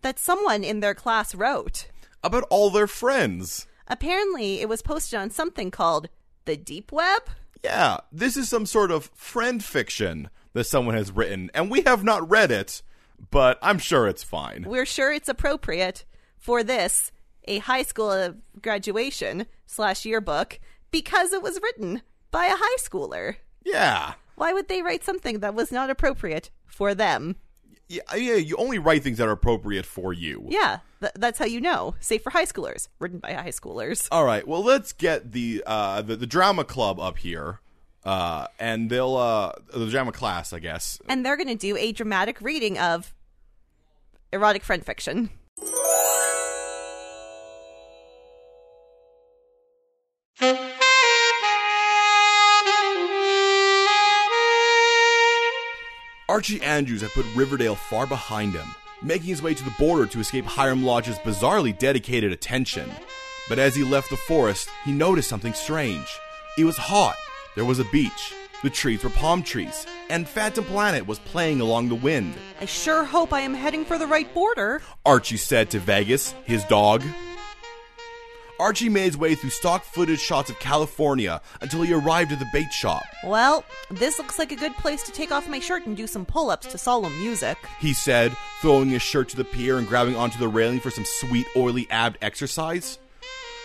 that someone in their class wrote.
about all their friends.
Apparently, it was posted on something called the Deep Web.
Yeah, this is some sort of friend fiction that someone has written, and we have not read it, but I'm sure it's fine.
We're sure it's appropriate for this, a high school uh, graduation slash yearbook, because it was written by a high schooler.
Yeah.
Why would they write something that was not appropriate for them?
Yeah, I- yeah, you only write things that are appropriate for you.
Yeah, th- that's how you know. Safe for high schoolers, written by high schoolers.
All right, well, let's get the uh, the, the drama club up here, uh, and they'll uh, the drama class, I guess.
and they're going to do a dramatic reading of erotic friend fiction.
Archie Andrews had put Riverdale far behind him, making his way to the border to escape Hiram Lodge's bizarrely dedicated attention. But as he left the forest, he noticed something strange. It was hot, there was a beach, the trees were palm trees, and Phantom Planet was playing along the wind.
I sure hope I am heading for the right border.
Archie said to Vegas, his dog. Archie made his way through stock footage shots of California until he arrived at the bait shop.
Well, this looks like a good place to take off my shirt and do some pull ups to solemn music.
he said, throwing his shirt to the pier and grabbing onto the railing for some sweet, oily abbed exercise.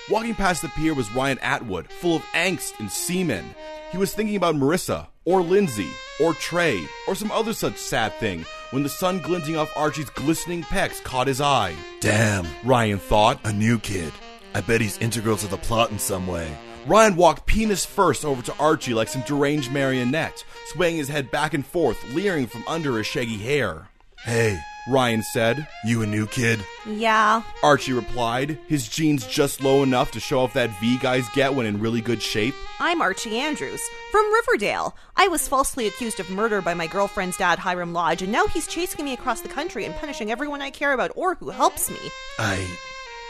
Walking past the pier was Ryan Atwood, full of angst and semen. He was thinking about Marissa, or Lindsay, or Trey, or some other such sad thing when the sun glinting off Archie's glistening pecs caught his eye.
Damn,
Ryan thought.
a new kid. I bet he's integral to the plot in some way.
Ryan walked penis first over to Archie like some deranged marionette, swaying his head back and forth, leering from under his shaggy hair.
Hey,
Ryan said.
you a new kid?
Yeah.
Archie replied, his jeans just low enough to show off that V guys get when in really good shape.
I'm Archie Andrews from Riverdale. I was falsely accused of murder by my girlfriend's dad, Hiram Lodge, and now he's chasing me across the country and punishing everyone I care about or who helps me.
I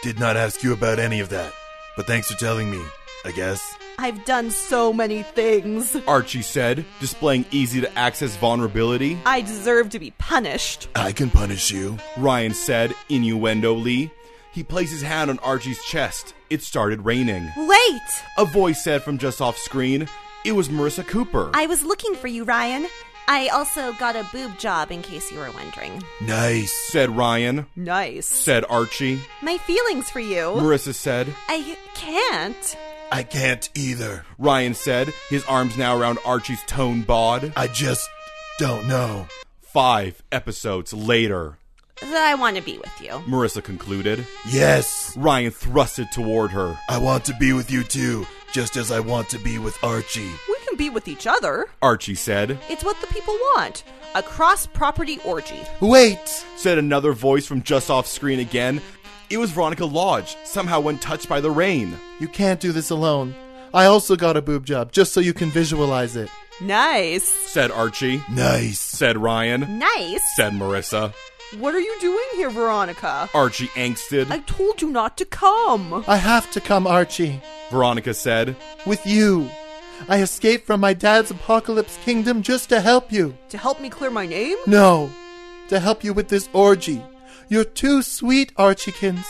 did not ask you about any of that, but thanks for telling me, I guess.
I've done so many things.
Archie said, displaying easy to access vulnerability.
I deserve to be punished.
I can punish you.
Ryan said, innuendo Lee. He placed his hand on Archie's chest. It started raining.
Wait!
A voice said from just off screen, it was Marissa Cooper.
I was looking for you, Ryan. I also got a boob job in case you were wondering.
Nice.
said Ryan.
Nice.
Said Archie.
My feelings for you.
Marissa said.
I can't.
I can't either.
Ryan said, his arms now around Archie's toned bod.
I just don't know.
Five episodes later,
I want to be with you.
Marissa concluded.
Yes,
Ryan thrusted toward her.
I want to be with you too, just as I want to be with Archie.
We can be with each other.
Archie said.
It's what the people want a cross property orgy.
Wait!
Said another voice from just off screen again. It was Veronica Lodge, somehow when touched by the rain.
You can't do this alone. I also got a boob job, just so you can visualize it.
Nice.
Said Archie.
Nice.
Said Ryan.
Nice.
Said Marissa.
What are you doing here, Veronica?
Archie angsted.
I told you not to come.
I have to come, Archie.
Veronica said.
With you. I escaped from my dad's apocalypse kingdom just to help you.
To help me clear my name?
No, to help you with this orgy. You're too sweet, Archiekins.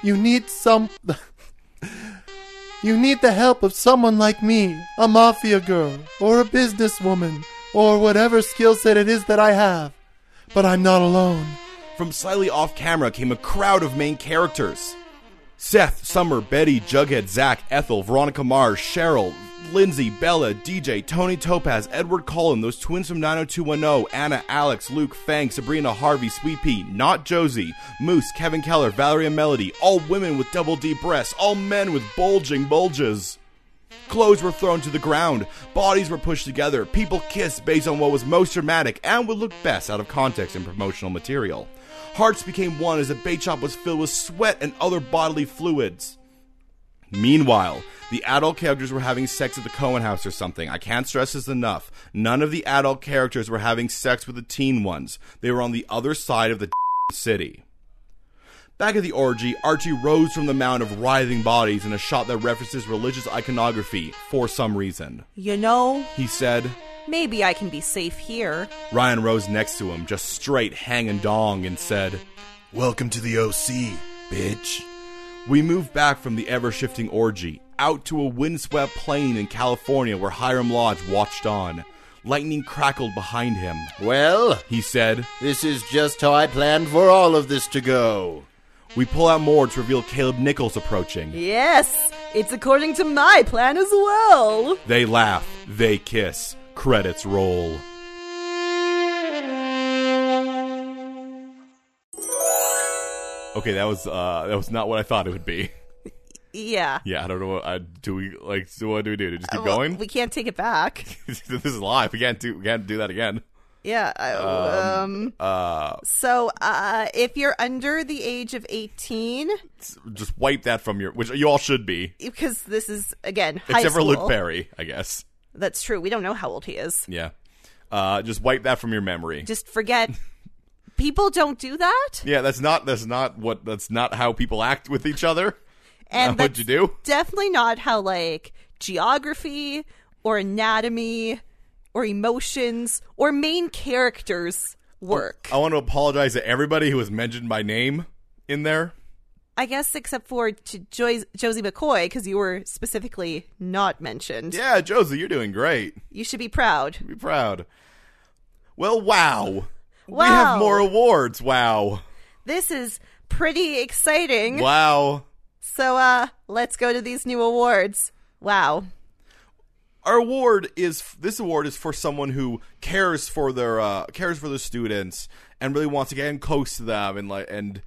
You need some. [laughs] you need the help of someone like me, a mafia girl, or a businesswoman, or whatever skill set it is that I have. But I'm not alone.
From slightly off camera came a crowd of main characters Seth, Summer, Betty, Jughead, Zach, Ethel, Veronica Mars, Cheryl, Lindsay, Bella, DJ, Tony Topaz, Edward Cullen, those twins from 90210, Anna, Alex, Luke, Fang, Sabrina, Harvey, Sweet Pea, Not Josie, Moose, Kevin Keller, Valeria Melody, all women with double D breasts, all men with bulging bulges. Clothes were thrown to the ground, bodies were pushed together, people kissed based on what was most dramatic and would look best out of context in promotional material. Hearts became one as the bait shop was filled with sweat and other bodily fluids. Meanwhile, the adult characters were having sex at the Cohen house or something. I can't stress this enough. None of the adult characters were having sex with the teen ones. They were on the other side of the city. Back at the orgy, Archie rose from the mound of writhing bodies in a shot that references religious iconography for some reason.
You know,
He said,
maybe I can be safe here.
Ryan rose next to him, just straight hanging dong, and said,
Welcome to the OC, bitch.
We move back from the ever shifting orgy, out to a windswept plain in California where Hiram Lodge watched on. Lightning crackled behind him.
Well,
He said,
this is just how I planned for all of this to go.
We pull out more to reveal Caleb Nichols approaching.
Yes, it's according to my plan as well.
They laugh, they kiss. Credits roll. Okay, that was uh that was not what I thought it would be. [laughs]
Yeah.
Yeah, I don't know what I do we like so what do we do? Just keep
Uh, Well,
going?
we can't take it back.
[laughs] this is live. We can't do we can't do that again.
Yeah.
[laughs]
I, um, So, uh, if you're under the age of 18,
just wipe that from your which you all should be
because this is again high
except for
school.
luke perry i guess
That's true. We don't know how old he is.
yeah uh just wipe that from your memory
Just forget. People don't do that,
yeah that's not that's not what that's not how people act with each other [laughs]
and
what'd
that's
you do
definitely not how like geography or anatomy or emotions or main characters work.
i want to apologize to everybody who was mentioned by name in there
I guess except for to Joy- Josie McCoy because you were specifically not mentioned.
yeah josie you're doing great
You should be proud.
be proud well wow, we
Wow. [laughs]
have more awards wow
This is pretty exciting.
wow
So uh let's go to these new awards. Wow.
our award is this award is for someone who cares for their uh, cares for their students and really wants to get in close to them and like and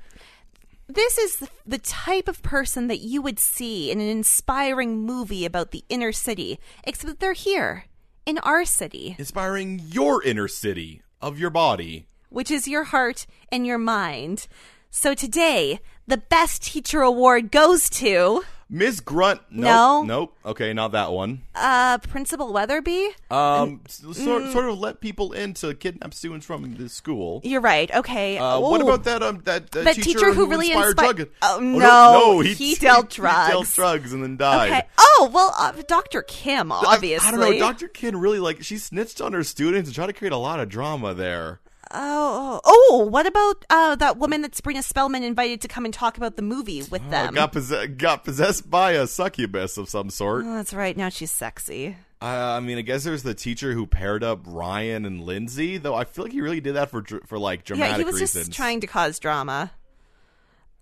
This is the- the type of person that you would see in an inspiring movie about the inner city, except that they're here in our city,
inspiring your inner city of your body.
which is your heart and your mind. So today, the Best Teacher Award goes to
Ms. Grunt,
No.
nope, nope, okay, not that one.
uh, Principal Weatherby.
Um, s-
Mm.
sort sort of let people in to kidnap students from the school.
You're right. Okay.
Uh, what
Ooh.
about that um that, that
That teacher who really
inspired
inspi-
drug?
Oh, no, he dealt
He dealt
drugs.
drugs [laughs] and then died.
Okay. Oh well, uh, Dr. Kim,
I-
obviously.
I, don't know. Dr. Kid really like she snitched on her students and tried to create a lot of drama there.
Oh, oh, what about uh, that woman that Sabrina Spellman invited to come and talk about the movie with
Uh,
them?
got possess- got possessed by a succubus of some sort.
Oh, that's right. Now she's sexy.
I I mean, I guess there's the teacher who paired up Ryan and Lindsay, though. I feel like he really did that for dr- for like dramatic
yeah, he was
reasons.
just trying to cause drama.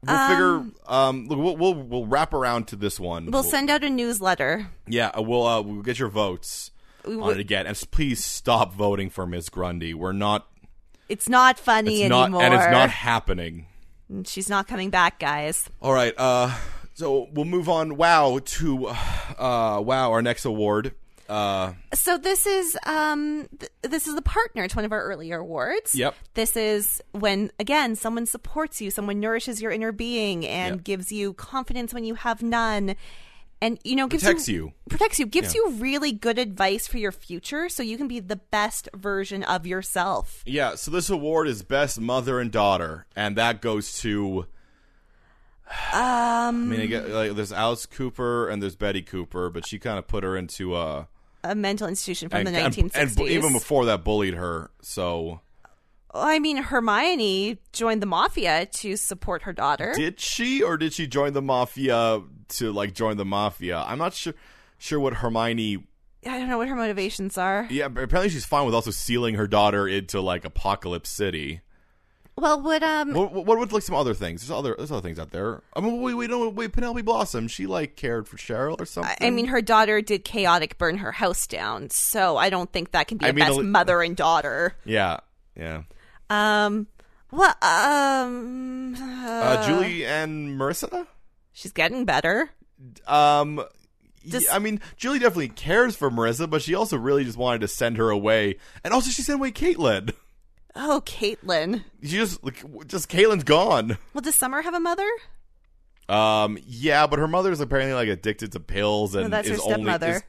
We'll figure. Um, look, we'll, we'll we'll wrap around to this one.
We'll send out a newsletter.
yeah, uh, we'll uh, we'll get your votes
We
on
will-
it again, and s- please stop voting for Miss Grundy. We're not.
It's not
It's
funny
not,
anymore.
and it's not happening.
She's not coming back, guys.
All right. Uh, so we'll move on. Wow to, uh, wow our next award. Uh,
So this is um th- this is the partner. It's one of our earlier awards.
Yep.
This is when again someone supports you, someone nourishes your inner being, and
Yep.
gives you confidence when you have none, and you know gives
Protects you.
protects you, gives you really good advice for your future, so you can be the best version of yourself.
yeah. So this award is best mother and daughter, and that goes to. Um, I mean, I get, like, there's Alice Cooper and there's Betty Cooper, but she kind of put her into uh,
A mental institution from
and,
the
and-
1960s.
and bu- even before that, bullied her. So
I mean, Hermione joined the mafia to support her daughter.
did she, or did she join the mafia to like join the mafia? I'm not sure sure what Hermione
I don't know what her motivations are.
Yeah, but apparently she's fine with also sealing her daughter into like Apocalypse City.
Well, would um
What, what, what would like some other things? There's other there's other things out there. I mean, we we don't we Penelope Blossom. She like cared for Cheryl or something.
I mean, her daughter did chaotic burn her house down, so I don't think that can be
I
a
mean,
best
the-
mother and daughter.
yeah, yeah.
Um, well, um,
Uh, Julie and Marissa.
she's getting better.
Um, y-
Does-
I mean, Julie definitely cares for Marissa, but she also really just wanted to send her away, and also she sent away Caitlin.
Oh, Caitlin.
She just like w- just Caitlin's gone.
Well, does Summer have a mother?
Um, yeah, but her mother's apparently like addicted to pills and
that's her
is only.
stepmother.
is-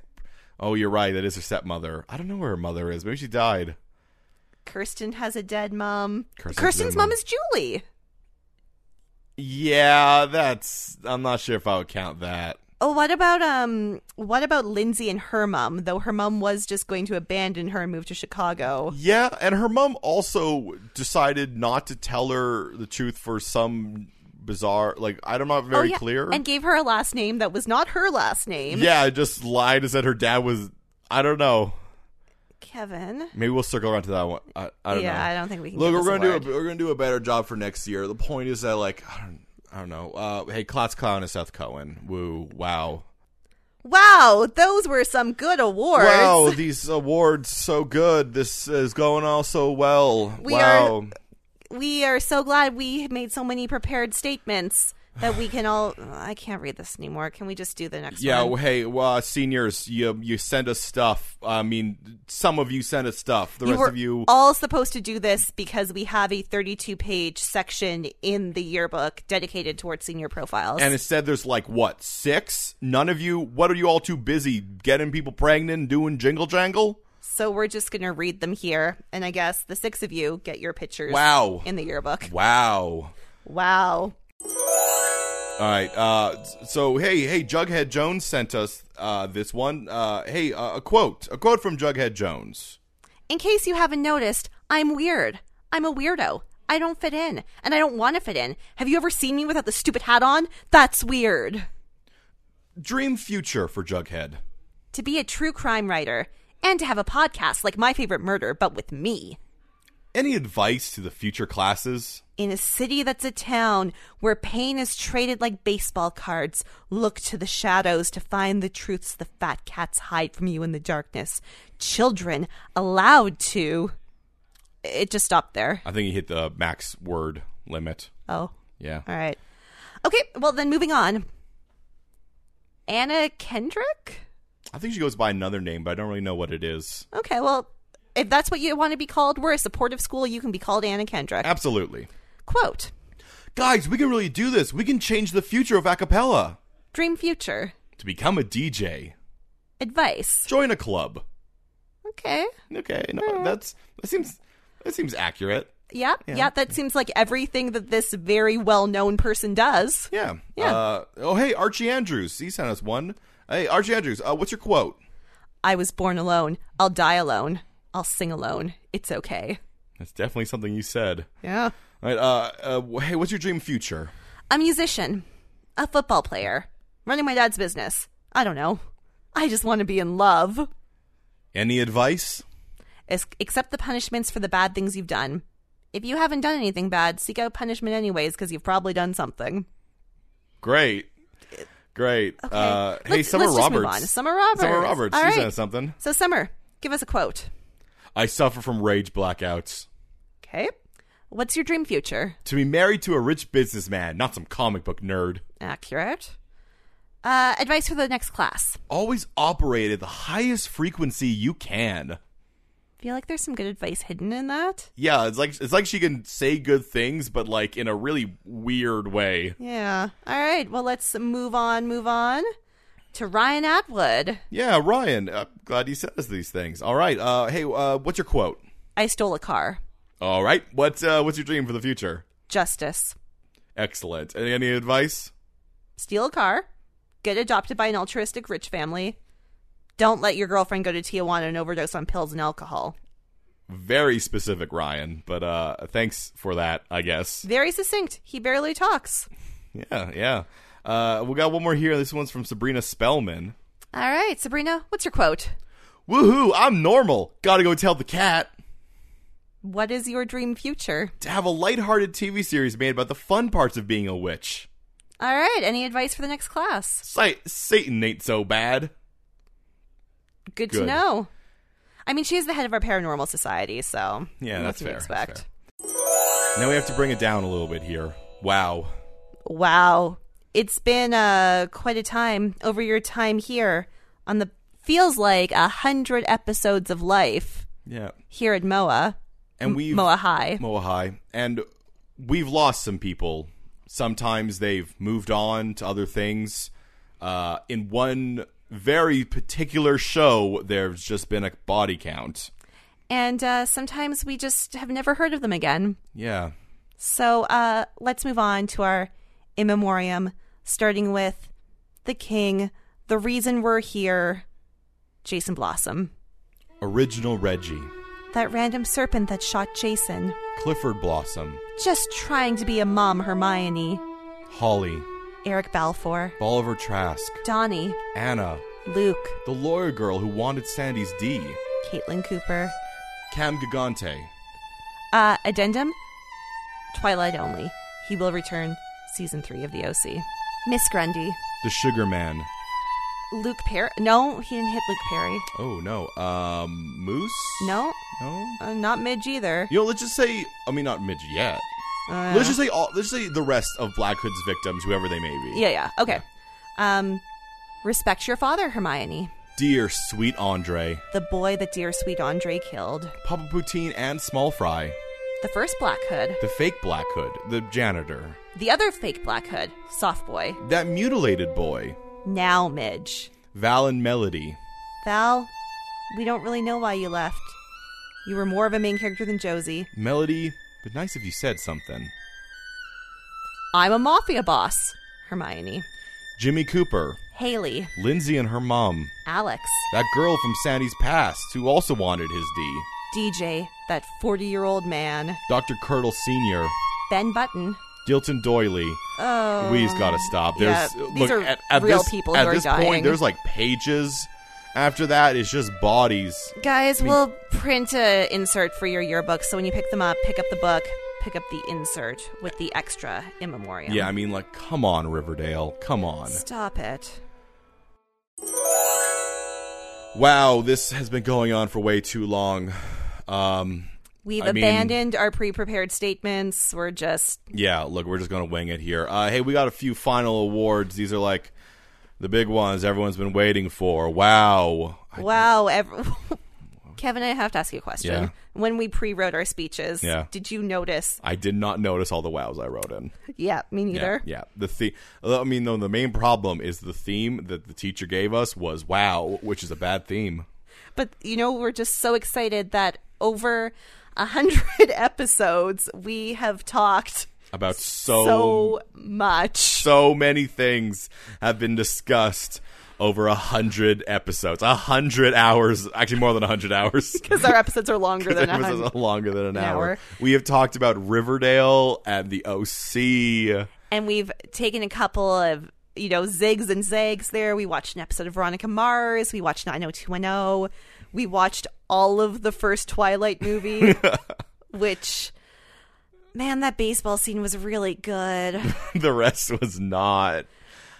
oh, you're right. That is her stepmother. I don't know where her mother is. Maybe she died.
Kirsten has a dead mom.
Kirsten's
Kirsten's,
dead
mom
mom.
is Julie.
Yeah, that's. I'm not sure if I would count that.
Oh, what about um, what about Lindsay and her mom? Though her mom was just going to abandon her and move to Chicago.
Yeah, and her mom also decided not to tell her the truth for some bizarre. Like I'm not very
oh, yeah.
clear.
And gave her a last name that was not her last name.
yeah, just lied and said her dad was. I don't know.
Kevin.
Maybe we'll circle around to that one. I, I don't
yeah,
know.
I don't think we can.
Look,
give
we're
this
gonna
award.
do a, we're gonna do a better job for next year. The point is that like I don't I don't know. Uh, hey, Klotz Clown and Seth Cohen. Woo, wow,
Wow, those were some good awards.
wow. These awards so good. This is going all so well.
We
wow.
We are so glad we made so many prepared statements that we can all. [sighs] I can't read this anymore. Can we just do the next
yeah.
one?
well, Hey, well, uh, seniors, you you send us stuff. I mean, some of you send us stuff. The
You
rest
were
of you.
all supposed to do this because we have a 32 page section in the yearbook dedicated towards senior profiles.
and instead, there's like what six? None of you. What are you all too busy getting people pregnant and doing jingle jangle?
so we're just going to read them here. And I guess the six of you get your pictures
Wow.
in the yearbook.
Wow.
Wow.
All right. Uh, so hey, hey, Jughead Jones sent us uh, this one. Uh, hey, uh, a quote, a quote from Jughead Jones.
In case you haven't noticed, I'm weird. I'm a weirdo. I don't fit in, and I don't want to fit in. Have you ever seen me without the stupid hat on? That's weird.
Dream future for Jughead.
To be a true crime writer and to have a podcast like My Favorite Murder, but with me.
Any advice to the future classes?
in a city that's a town where pain is traded like baseball cards. Look to the shadows to find the truths the fat cats hide from you in the darkness. Children allowed to. It just stopped there.
I think he hit the max word limit.
Oh,
Yeah.
all right. Okay, well, then moving on. Anna Kendrick?
I think she goes by another name, but I don't really know what it is.
Okay, well, if that's what you want to be called, we're a supportive school. You can be called Anna Kendrick.
Absolutely.
Quote
Guys, we can really do this. We can change the future of acapella.
Dream future.
To become a DJ,
Advice.
join a club.
Okay.
Okay, no, that's that seems that seems accurate.
Yeah, yeah, that seems like everything that this very well known person does.
Yeah.
Yeah.
Uh, oh, hey, Archie Andrews. He sent us one. Hey, Archie Andrews, uh, what's your quote?
I was born alone. I'll die alone. I'll sing alone. It's okay.
That's definitely something you said.
Yeah.
All right. Uh, uh, wh- hey, what's your dream future?
A musician, a football player, running my dad's business. I don't know. I just want to be in love.
Any advice?
Ex- Accept the punishments for the bad things you've done. If you haven't done anything bad, seek out punishment anyways because you've probably done something.
Great. Great.
Okay.
Uh, hey,
Let's-
Summer
let's just
Roberts.
move on. Summer Roberts.
Summer Roberts.
All
she
right.
sent us something.
So, Summer, give us a quote.
I suffer from rage blackouts.
Okay. What's your dream future?
To be married to a rich businessman, not some comic book nerd.
Accurate. Uh, advice for the next class.
Always operate at the highest frequency you can.
Feel like there's some good advice hidden in that.
Yeah, it's like it's like she can say good things, but like in a really weird way.
Yeah. All right. Well, let's move on. Move on to Ryan Atwood.
Yeah, Ryan, uh, glad you sent us these things. All right, uh, hey, uh, what's your quote?
I stole a car.
All right, what's uh, what's your dream for the future?
Justice.
Excellent. Any, any advice?
Steal a car. Get adopted by an altruistic rich family. Don't let your girlfriend go to Tijuana and overdose on pills and alcohol.
Very specific, Ryan. But uh, thanks for that, I guess.
Very succinct. He barely talks.
Yeah, yeah. Uh, we got one more here. This one's from Sabrina Spellman.
All right, Sabrina, what's your quote?
Woohoo! I'm normal. Gotta go tell the cat.
What is your dream future?
to have a lighthearted TV series made about the fun parts of being a witch.
All right, any advice for the next class?
Sa- Satan ain't so bad.
Good, to
Good.
know. I mean, she is the head of our paranormal society, so
Yeah,
what
that's
can we
fair, that's
Expect.
Now we have to bring it down a little bit here. Wow.
Wow, it's been uh, quite a time over your time here on the feels like a hundred episodes of life
Yeah.
here at Moa,
And we've
Moa High.
Moa High. And we've lost some people. Sometimes they've moved on to other things. Uh, in one very particular show, there's just been a body count.
and uh, sometimes we just have never heard of them again.
Yeah.
So uh, let's move on to our in memoriam, starting with the king, the reason we're here, Jason Blossom,
Original Reggie,
that random serpent that shot Jason,
Clifford Blossom,
just trying to be a mom, Hermione,
Holly,
Eric Balfour,
Bolivar Trask,
Donnie,
Anna,
Luke,
The lawyer girl who wanted Sandy's D.
Caitlin Cooper.
Cam Gigante.
Uh, addendum Twilight only. He will return season three of the OC. Miss Grundy,
The Sugar Man.
Luke Perry. No, he didn't hit Luke Perry.
Oh no. Um Moose?
No,
No?
uh, not Midge either.
You know, let's just say I mean not Midge yet.
Uh,
Let's just say all let's say the rest of Black Hood's victims, whoever they may be.
Yeah, yeah. Okay. Um, respect your father, Hermione.
Dear sweet Andre.
The boy that dear sweet Andre killed.
Papa Poutine and Small Fry.
The first Black Hood.
The fake Black Hood. The janitor.
The other fake Black Hood. Soft boy.
That mutilated boy.
Now Midge.
Val and Melody.
Val, we don't really know why you left. You were more of a main character than Josie.
Melody, but nice if you said something.
I'm a mafia boss. Hermione.
Jimmy Cooper.
Haley.
Lindsay and her mom.
Alex.
That girl from Sandy's past who also wanted his D.
DJ. That 40 year old man.
Dr. Kirtle Sr.,
Ben Button.
Dilton Doily.
Oh.
We've got to stop. There's
yeah,
look
these are
at, at
real
this,
people
at
who are
this
dying.
point. There's like pages. After that, it's just bodies.
Guys, we'll print a insert for your yearbook, so when you pick them up, pick up the book, pick up the insert with the extra in memoriam.
Yeah, I mean, like, come on, Riverdale. Come on.
Stop it.
Wow, this has been going on for way too long. Um,
We've
I mean-
abandoned our pre-prepared statements. We're just
yeah, look, we're just going to wing it here. Uh, hey, we got a few final awards. These are like the big ones everyone's been waiting for. Wow.
wow. Ev- [laughs] Kevin, I have to ask you a question.
Yeah.
When we pre-wrote our speeches,
Yeah.
did you notice?
I did not notice all the wows I wrote in.
Yeah, me neither.
Yeah, yeah. The theme. I mean, no. The main problem is the theme that the teacher gave us was "Wow," which is a bad theme.
But you know, we're just so excited that over a hundred [laughs] episodes, we have talked
About so
so,
so,
much.
many things have been discussed over a hundred episodes, a hundred hours, actually [laughs] more than a hundred hours.
Because our episodes
[laughs]
are longer than a
Episodes
hundred.
are longer than an,
an
hour.
hour.
We have talked about Riverdale and the OC.
and we've taken a couple of you know zigs and zags there we watched an episode of veronica mars we watched 90210 we watched all of the first twilight movie which man that baseball scene was really good
[laughs] the rest was not.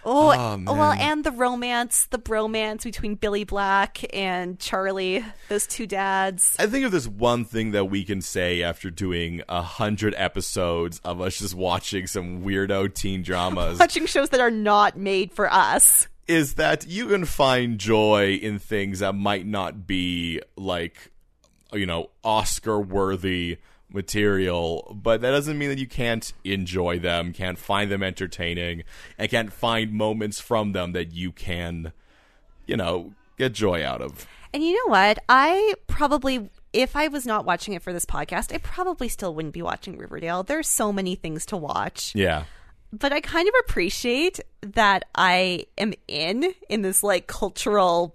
oh, well
man.
and the romance the bromance between billy black and charlie those two dads
I think if there's one thing that we can say after doing a hundred episodes of us just watching some weirdo teen dramas
watching shows that are not made for us
is that you can find joy in things that might not be like you know Oscar worthy material but that doesn't mean that you can't enjoy them can't find them entertaining and can't find moments from them that you can you know get joy out of
And you know what? I probably, if I was not watching it for this podcast, I probably still wouldn't be watching Riverdale. There's so many things to watch.
yeah
But I kind of appreciate that I am in in this like cultural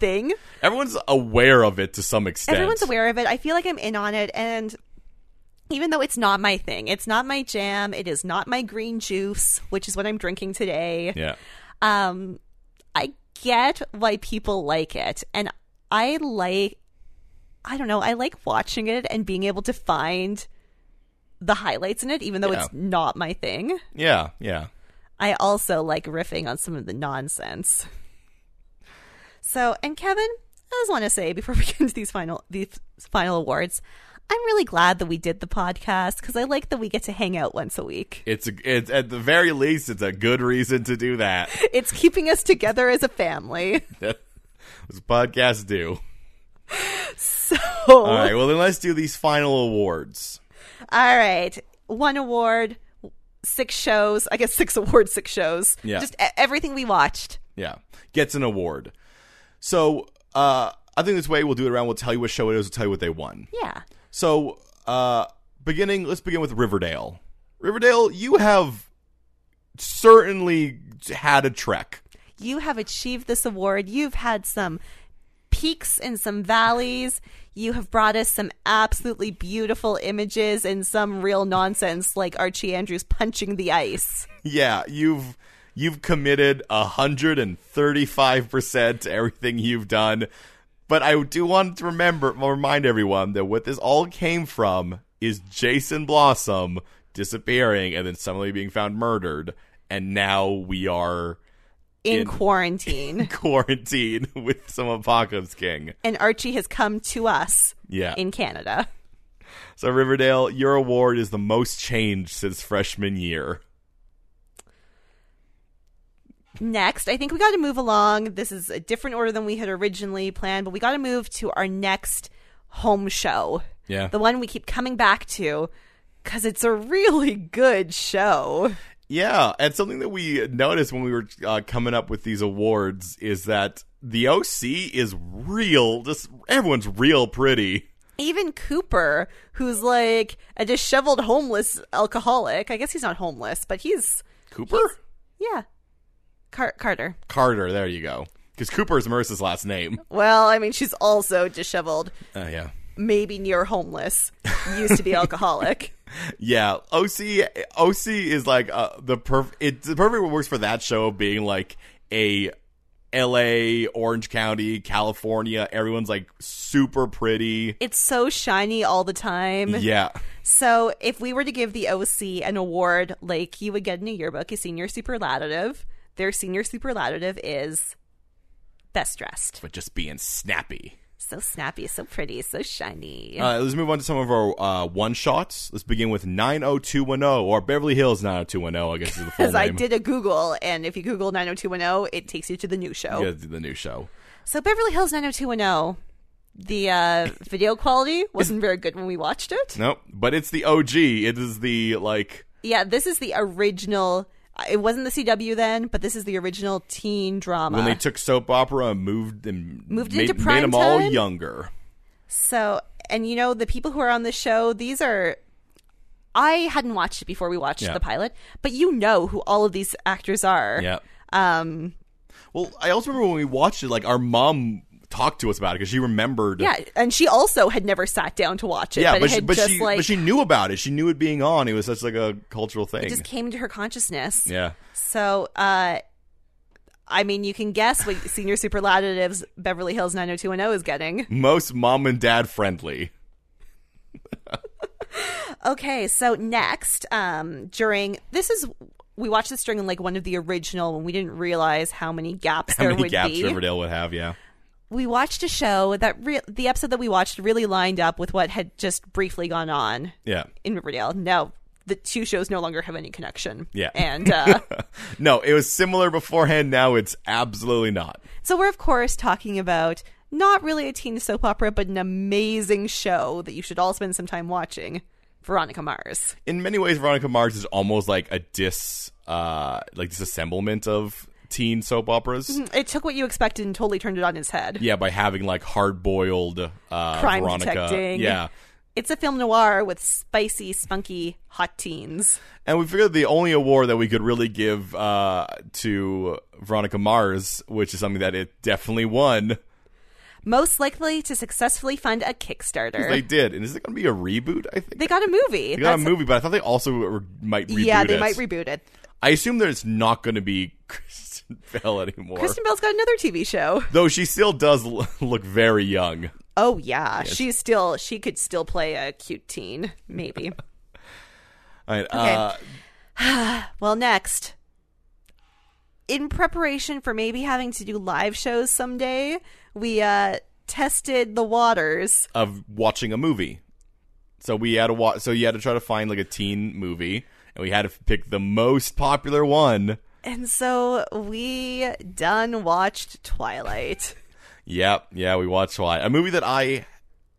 thing.
everyone's aware of it to some extent
Everyone's aware of it. I feel like I'm in on it and even though it's not my thing, it's not my jam, it is not my green juice, which is what I'm drinking today
yeah
um i get why people like it and i like i don't know i like watching it and being able to find the highlights in it even though
Yeah.
it's not my thing
yeah yeah
i also like riffing on some of the nonsense so and kevin i just want to say before [laughs] we get into these final these final awards i'm really glad that we did the podcast because i like that we get to hang out once a week
it's a it's at the very least it's a good reason to do that [laughs]
it's keeping us together as a family
that's what podcasts do
Oh.
All right, well then let's do these final awards.
All right. One award, six shows. I guess six [laughs] awards, six shows.
Yeah.
Just e- everything we watched.
Yeah, gets an award. So uh, I think this way we'll do it around. We'll tell you what show it is. We'll tell you what they won.
Yeah.
So uh, beginning, let's begin with Riverdale. Riverdale, you have certainly had a trek.
You have achieved this award. You've had some peaks and some valleys. You have brought us some absolutely beautiful images and some real nonsense like Archie Andrews punching the ice.
Yeah, you've you've committed hundred and thirty five percent to everything you've done. But I do want to remember remind everyone that what this all came from is Jason Blossom disappearing and then suddenly being found murdered, and now we are [laughs]
In,
In- [laughs]
quarantine.
quarantined with some Apocalypse King.
and Archie has come to us
Yeah.
in Canada.
so Riverdale, your award is the most changed since freshman year.
next i think we got to move along this is a different order than we had originally planned but we got to move to our next home show
Yeah.
the one we keep coming back to because it's a really good show
Yeah, and something that we noticed when we were uh, coming up with these awards is that the OC is real. Just everyone's real pretty.
even cooper who's like a disheveled homeless alcoholic i guess he's not homeless but he's
Cooper
yeah Car- carter
Carter. There you go. Because Cooper is Marissa's last name.
well i mean she's also disheveled
Oh yeah,
maybe near homeless used to be alcoholic
yeah. OC OC is like uh, the perfect. It the perfect works for that show being like a L.A. Orange County, [laughs] California. Everyone's like super pretty.
it's so shiny all the time
Yeah.
So if we were to give the OC an award like you would get in a yearbook, a senior superlative, their senior superlative is best dressed.
but just being snappy.
So snappy, so pretty, so shiny.
Uh, let's move on to some of our uh, one shots. Let's begin with 90210 or Beverly Hills 90210, I guess is the full
[laughs] Because
name.
I did a Google, and if you Google 90210, it takes you to the new show.
Yeah, the new show.
So Beverly Hills 90210, the uh, video quality wasn't very good when we watched it.
Nope, but it's the OG. It is the like
Yeah, this is the original. It wasn't the CW then, but this is the original teen drama.
when they took soap opera and moved and
Moved
made,
into prime
them all
time?
younger.
So, and you know, the people who are on the show, these are. I hadn't watched it before we watched
Yeah.
the pilot, but you know who all of these actors are.
Yeah.
Um,
Well, I also remember when we watched it, like our mom talked to us about it because she remembered.
yeah, and she also had never sat down to watch it,
Yeah,
but,
but,
it
she,
had
but,
just
she,
like
but she knew about it. She knew it being on. It was such like a cultural thing.
just came to her consciousness.
yeah.
So, uh, I mean, you can guess what senior superlatives Beverly Hills 90210 is getting.
Most mom and dad friendly.
Okay, so next, um, during this is we watched this during like one of the original when we didn't realize how many gaps
How
there
many
would
gaps
be.
Riverdale would have, yeah.
We watched a show that re- the episode that we watched really lined up with what had just briefly gone on
Yeah.
in Riverdale. No, the two shows no longer have any connection.
Yeah.
and
[laughs]
uh,
No, it was similar beforehand. Now it's absolutely not.
so we're of course talking about not really a teen soap opera, but an amazing show that you should all spend some time watching. Veronica Mars.
In many ways, Veronica Mars is almost like a dis, uh, like disassemblement of teen soap operas.
It took what you expected and totally turned it on its head.
Yeah, by having like hard boiled uh,
Crime
Veronica.
detecting.
Yeah.
It's a film noir with spicy, spunky, hot teens.
And we figured the only award that we could really give uh, to Veronica Mars, which is something that it definitely won,
Most likely to successfully fund a Kickstarter.
they did. And is it going to be a reboot? I think
They got a movie.
they got
That's-
a movie, but I thought they also were, might reboot
yeah, they
it.
might reboot it.
I assume there's not going to be [laughs] Kristen Bell anymore.
Kristen Bell's got another TV show.
Though she still does l- look very young.
[laughs] Oh yeah, she's still she could still play a cute teen,
[laughs]
maybe.
All right, uh,
well, next. In preparation for maybe having to do live shows someday, we uh tested the waters.
of watching a movie. So we had to wa- so you had to try to find like a teen movie and we had to f- pick the most popular one.
And so we done watched Twilight.
Yep, yeah, we watched Twilight. A movie that I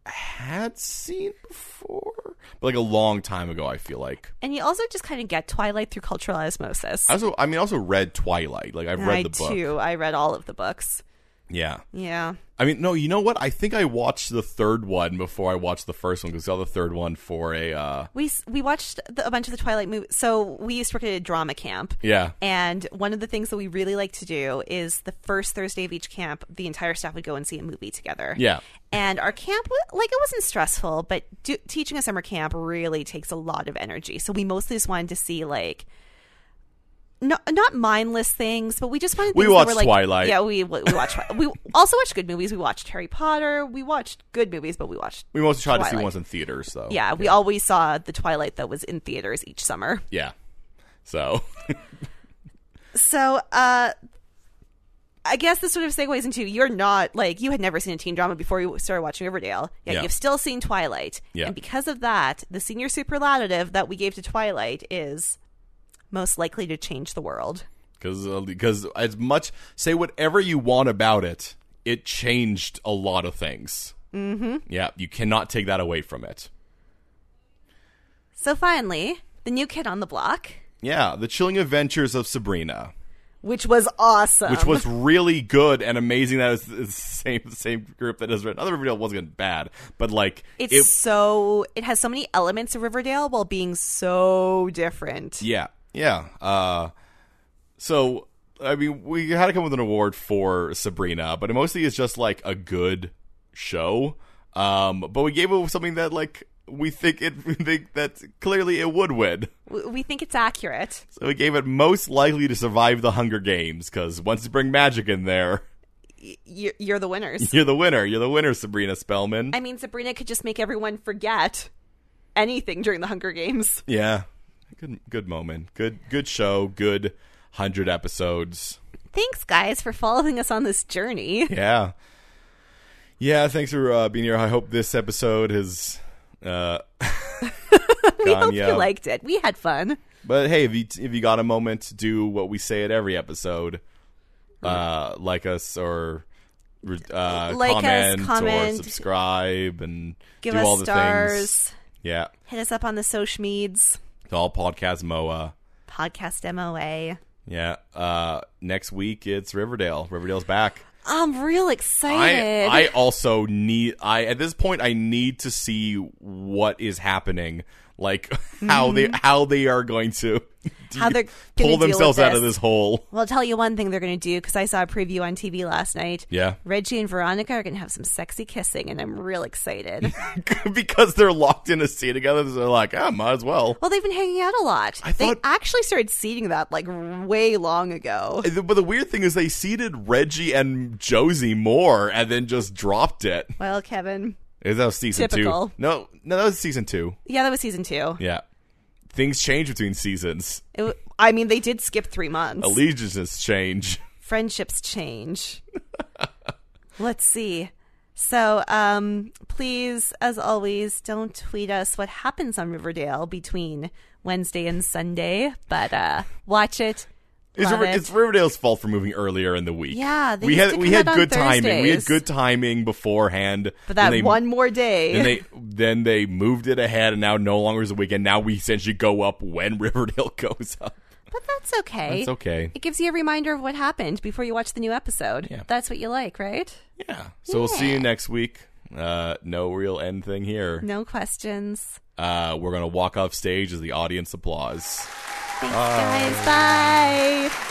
had seen before, but like a long time ago, I feel like.
[laughs] And you also just kind of get Twilight through cultural osmosis.
I also I mean I also read Twilight. Like I've read
I
the book.
too. I read all of the books.
Yeah.
Yeah.
I mean, no, you know what? I think I watched the third one before I watched the first one because I saw the third one for a. Uh,
We s- we watched the, a bunch of the Twilight movies. So we used to work at a drama camp.
yeah.
And one of the things that we really like to do is the first Thursday of each camp, the entire staff would go and see a movie together.
Yeah.
And our camp, wa- like, it wasn't stressful, but do, teaching a summer camp really takes a lot of energy. So we mostly just wanted to see, like, not, not mindless things, but we just wanted.
We
things that
watched
were, like-
Twilight.
Yeah, we we watched. Twi- we also watched good movies. We watched Harry Potter. We watched good movies, but we watched.
We mostly tried to see
Twilight.
ones in theaters, though.
Yeah, we always saw the Twilight that was in theaters each summer.
Yeah. So, [laughs]
So, uh, I guess this sort of segues into you're not like you had never seen a teen drama before you started watching Riverdale. Yet
Yeah.
you've still seen Twilight,
Yeah.
and because of that, the senior superlative that we gave to Twilight is most likely to change the world.
because because uh, as much say whatever you want about it, it changed a lot of things. Mm-hmm. Yeah, you cannot take that away from it.
So finally, the new kid on the block,
Yeah, the chilling adventures of Sabrina.
which was awesome,
which was really good and amazing. That was the [laughs] same same group that has written. Other video wasn't bad, but like
it's
it-
so it has so many elements of Riverdale while being so different.
Yeah, yeah. Uh, so I mean, we had to come up with an award for Sabrina, but it mostly is just like a good show. Um, but we gave it something that like we think it [laughs] we think that clearly it would win.
We, we think it's accurate.
So we gave it most likely to survive the Hunger Games because once you bring magic in there, [laughs]
You're, you're the winners.
you're the winner. You're the winner, Sabrina Spellman.
I mean, Sabrina could just make everyone forget anything during the Hunger Games.
Yeah. Good good moment. Good good show. Good hundred episodes.
Thanks, guys, for following us on this journey. [laughs]
Yeah. Yeah, thanks for uh, being here. I hope this episode has uh
[laughs] we
gone
hope
yeah.
you liked it. We had fun.
But hey, if you if you got a moment to do what we say at every episode, uh, like us or re- uh,
Mm-hmm. Like us,
comment,
comment,
or subscribe and
Give
do
us
all the
stars.
things. Yeah,
Hit us up on the social meds.
it's all podcast Moa.
Podcast MOA.
Yeah. Uh, next week it's Riverdale. Riverdale's back.
I'm real
I
excited.
I also need I at this point I need to see what is happening. Like [laughs] how they how they are going to
How they're Mm-hmm. gonna
[laughs] pull
deal with
themselves out of
this.
this hole.
well, I'll tell you one thing they're going to do because I saw a preview on TV last night.
Yeah.
Reggie and Veronica are going to have some sexy kissing, and I'm
[laughs]
real excited.
[laughs] because they're locked in a sea together, so they're like, ah, might as well.
well, they've been hanging out a lot.
I
they
thought-
actually started seeding that like way long ago.
But the weird thing is, they seeded Reggie and Josie more, and then just dropped it.
Well, Kevin.
Is that was season
Typical.
two? No, no, that was season two.
Yeah, that was season two.
Yeah, things change between seasons.
It w- I mean, they did skip three months.
Allegiances change.
friendships change. [laughs] Let's see. So, um, please, as always, don't tweet us what happens on Riverdale between Wednesday and Sunday, but uh, watch it.
It's,
love
River-
it.
it's Riverdale's fault for moving earlier in the week.
Yeah, they
we
used
had
to
we
come
had
out on
good timing. We had
Thursdays.
good timing beforehand. Then
but that
they-
one more day.
Then they then they moved it ahead, and now no longer is a weekend. Now we essentially go up when [laughs] Riverdale goes up.
but that's okay.
That's okay.
It gives you a reminder of what happened before you watch the new episode.
Yeah.
That's what you like, right?
Yeah. So we'll see you next week. Uh, no real end thing here.
No questions.
Uh, we're gonna walk off stage as the audience applause.
Thanks, guys. Bye.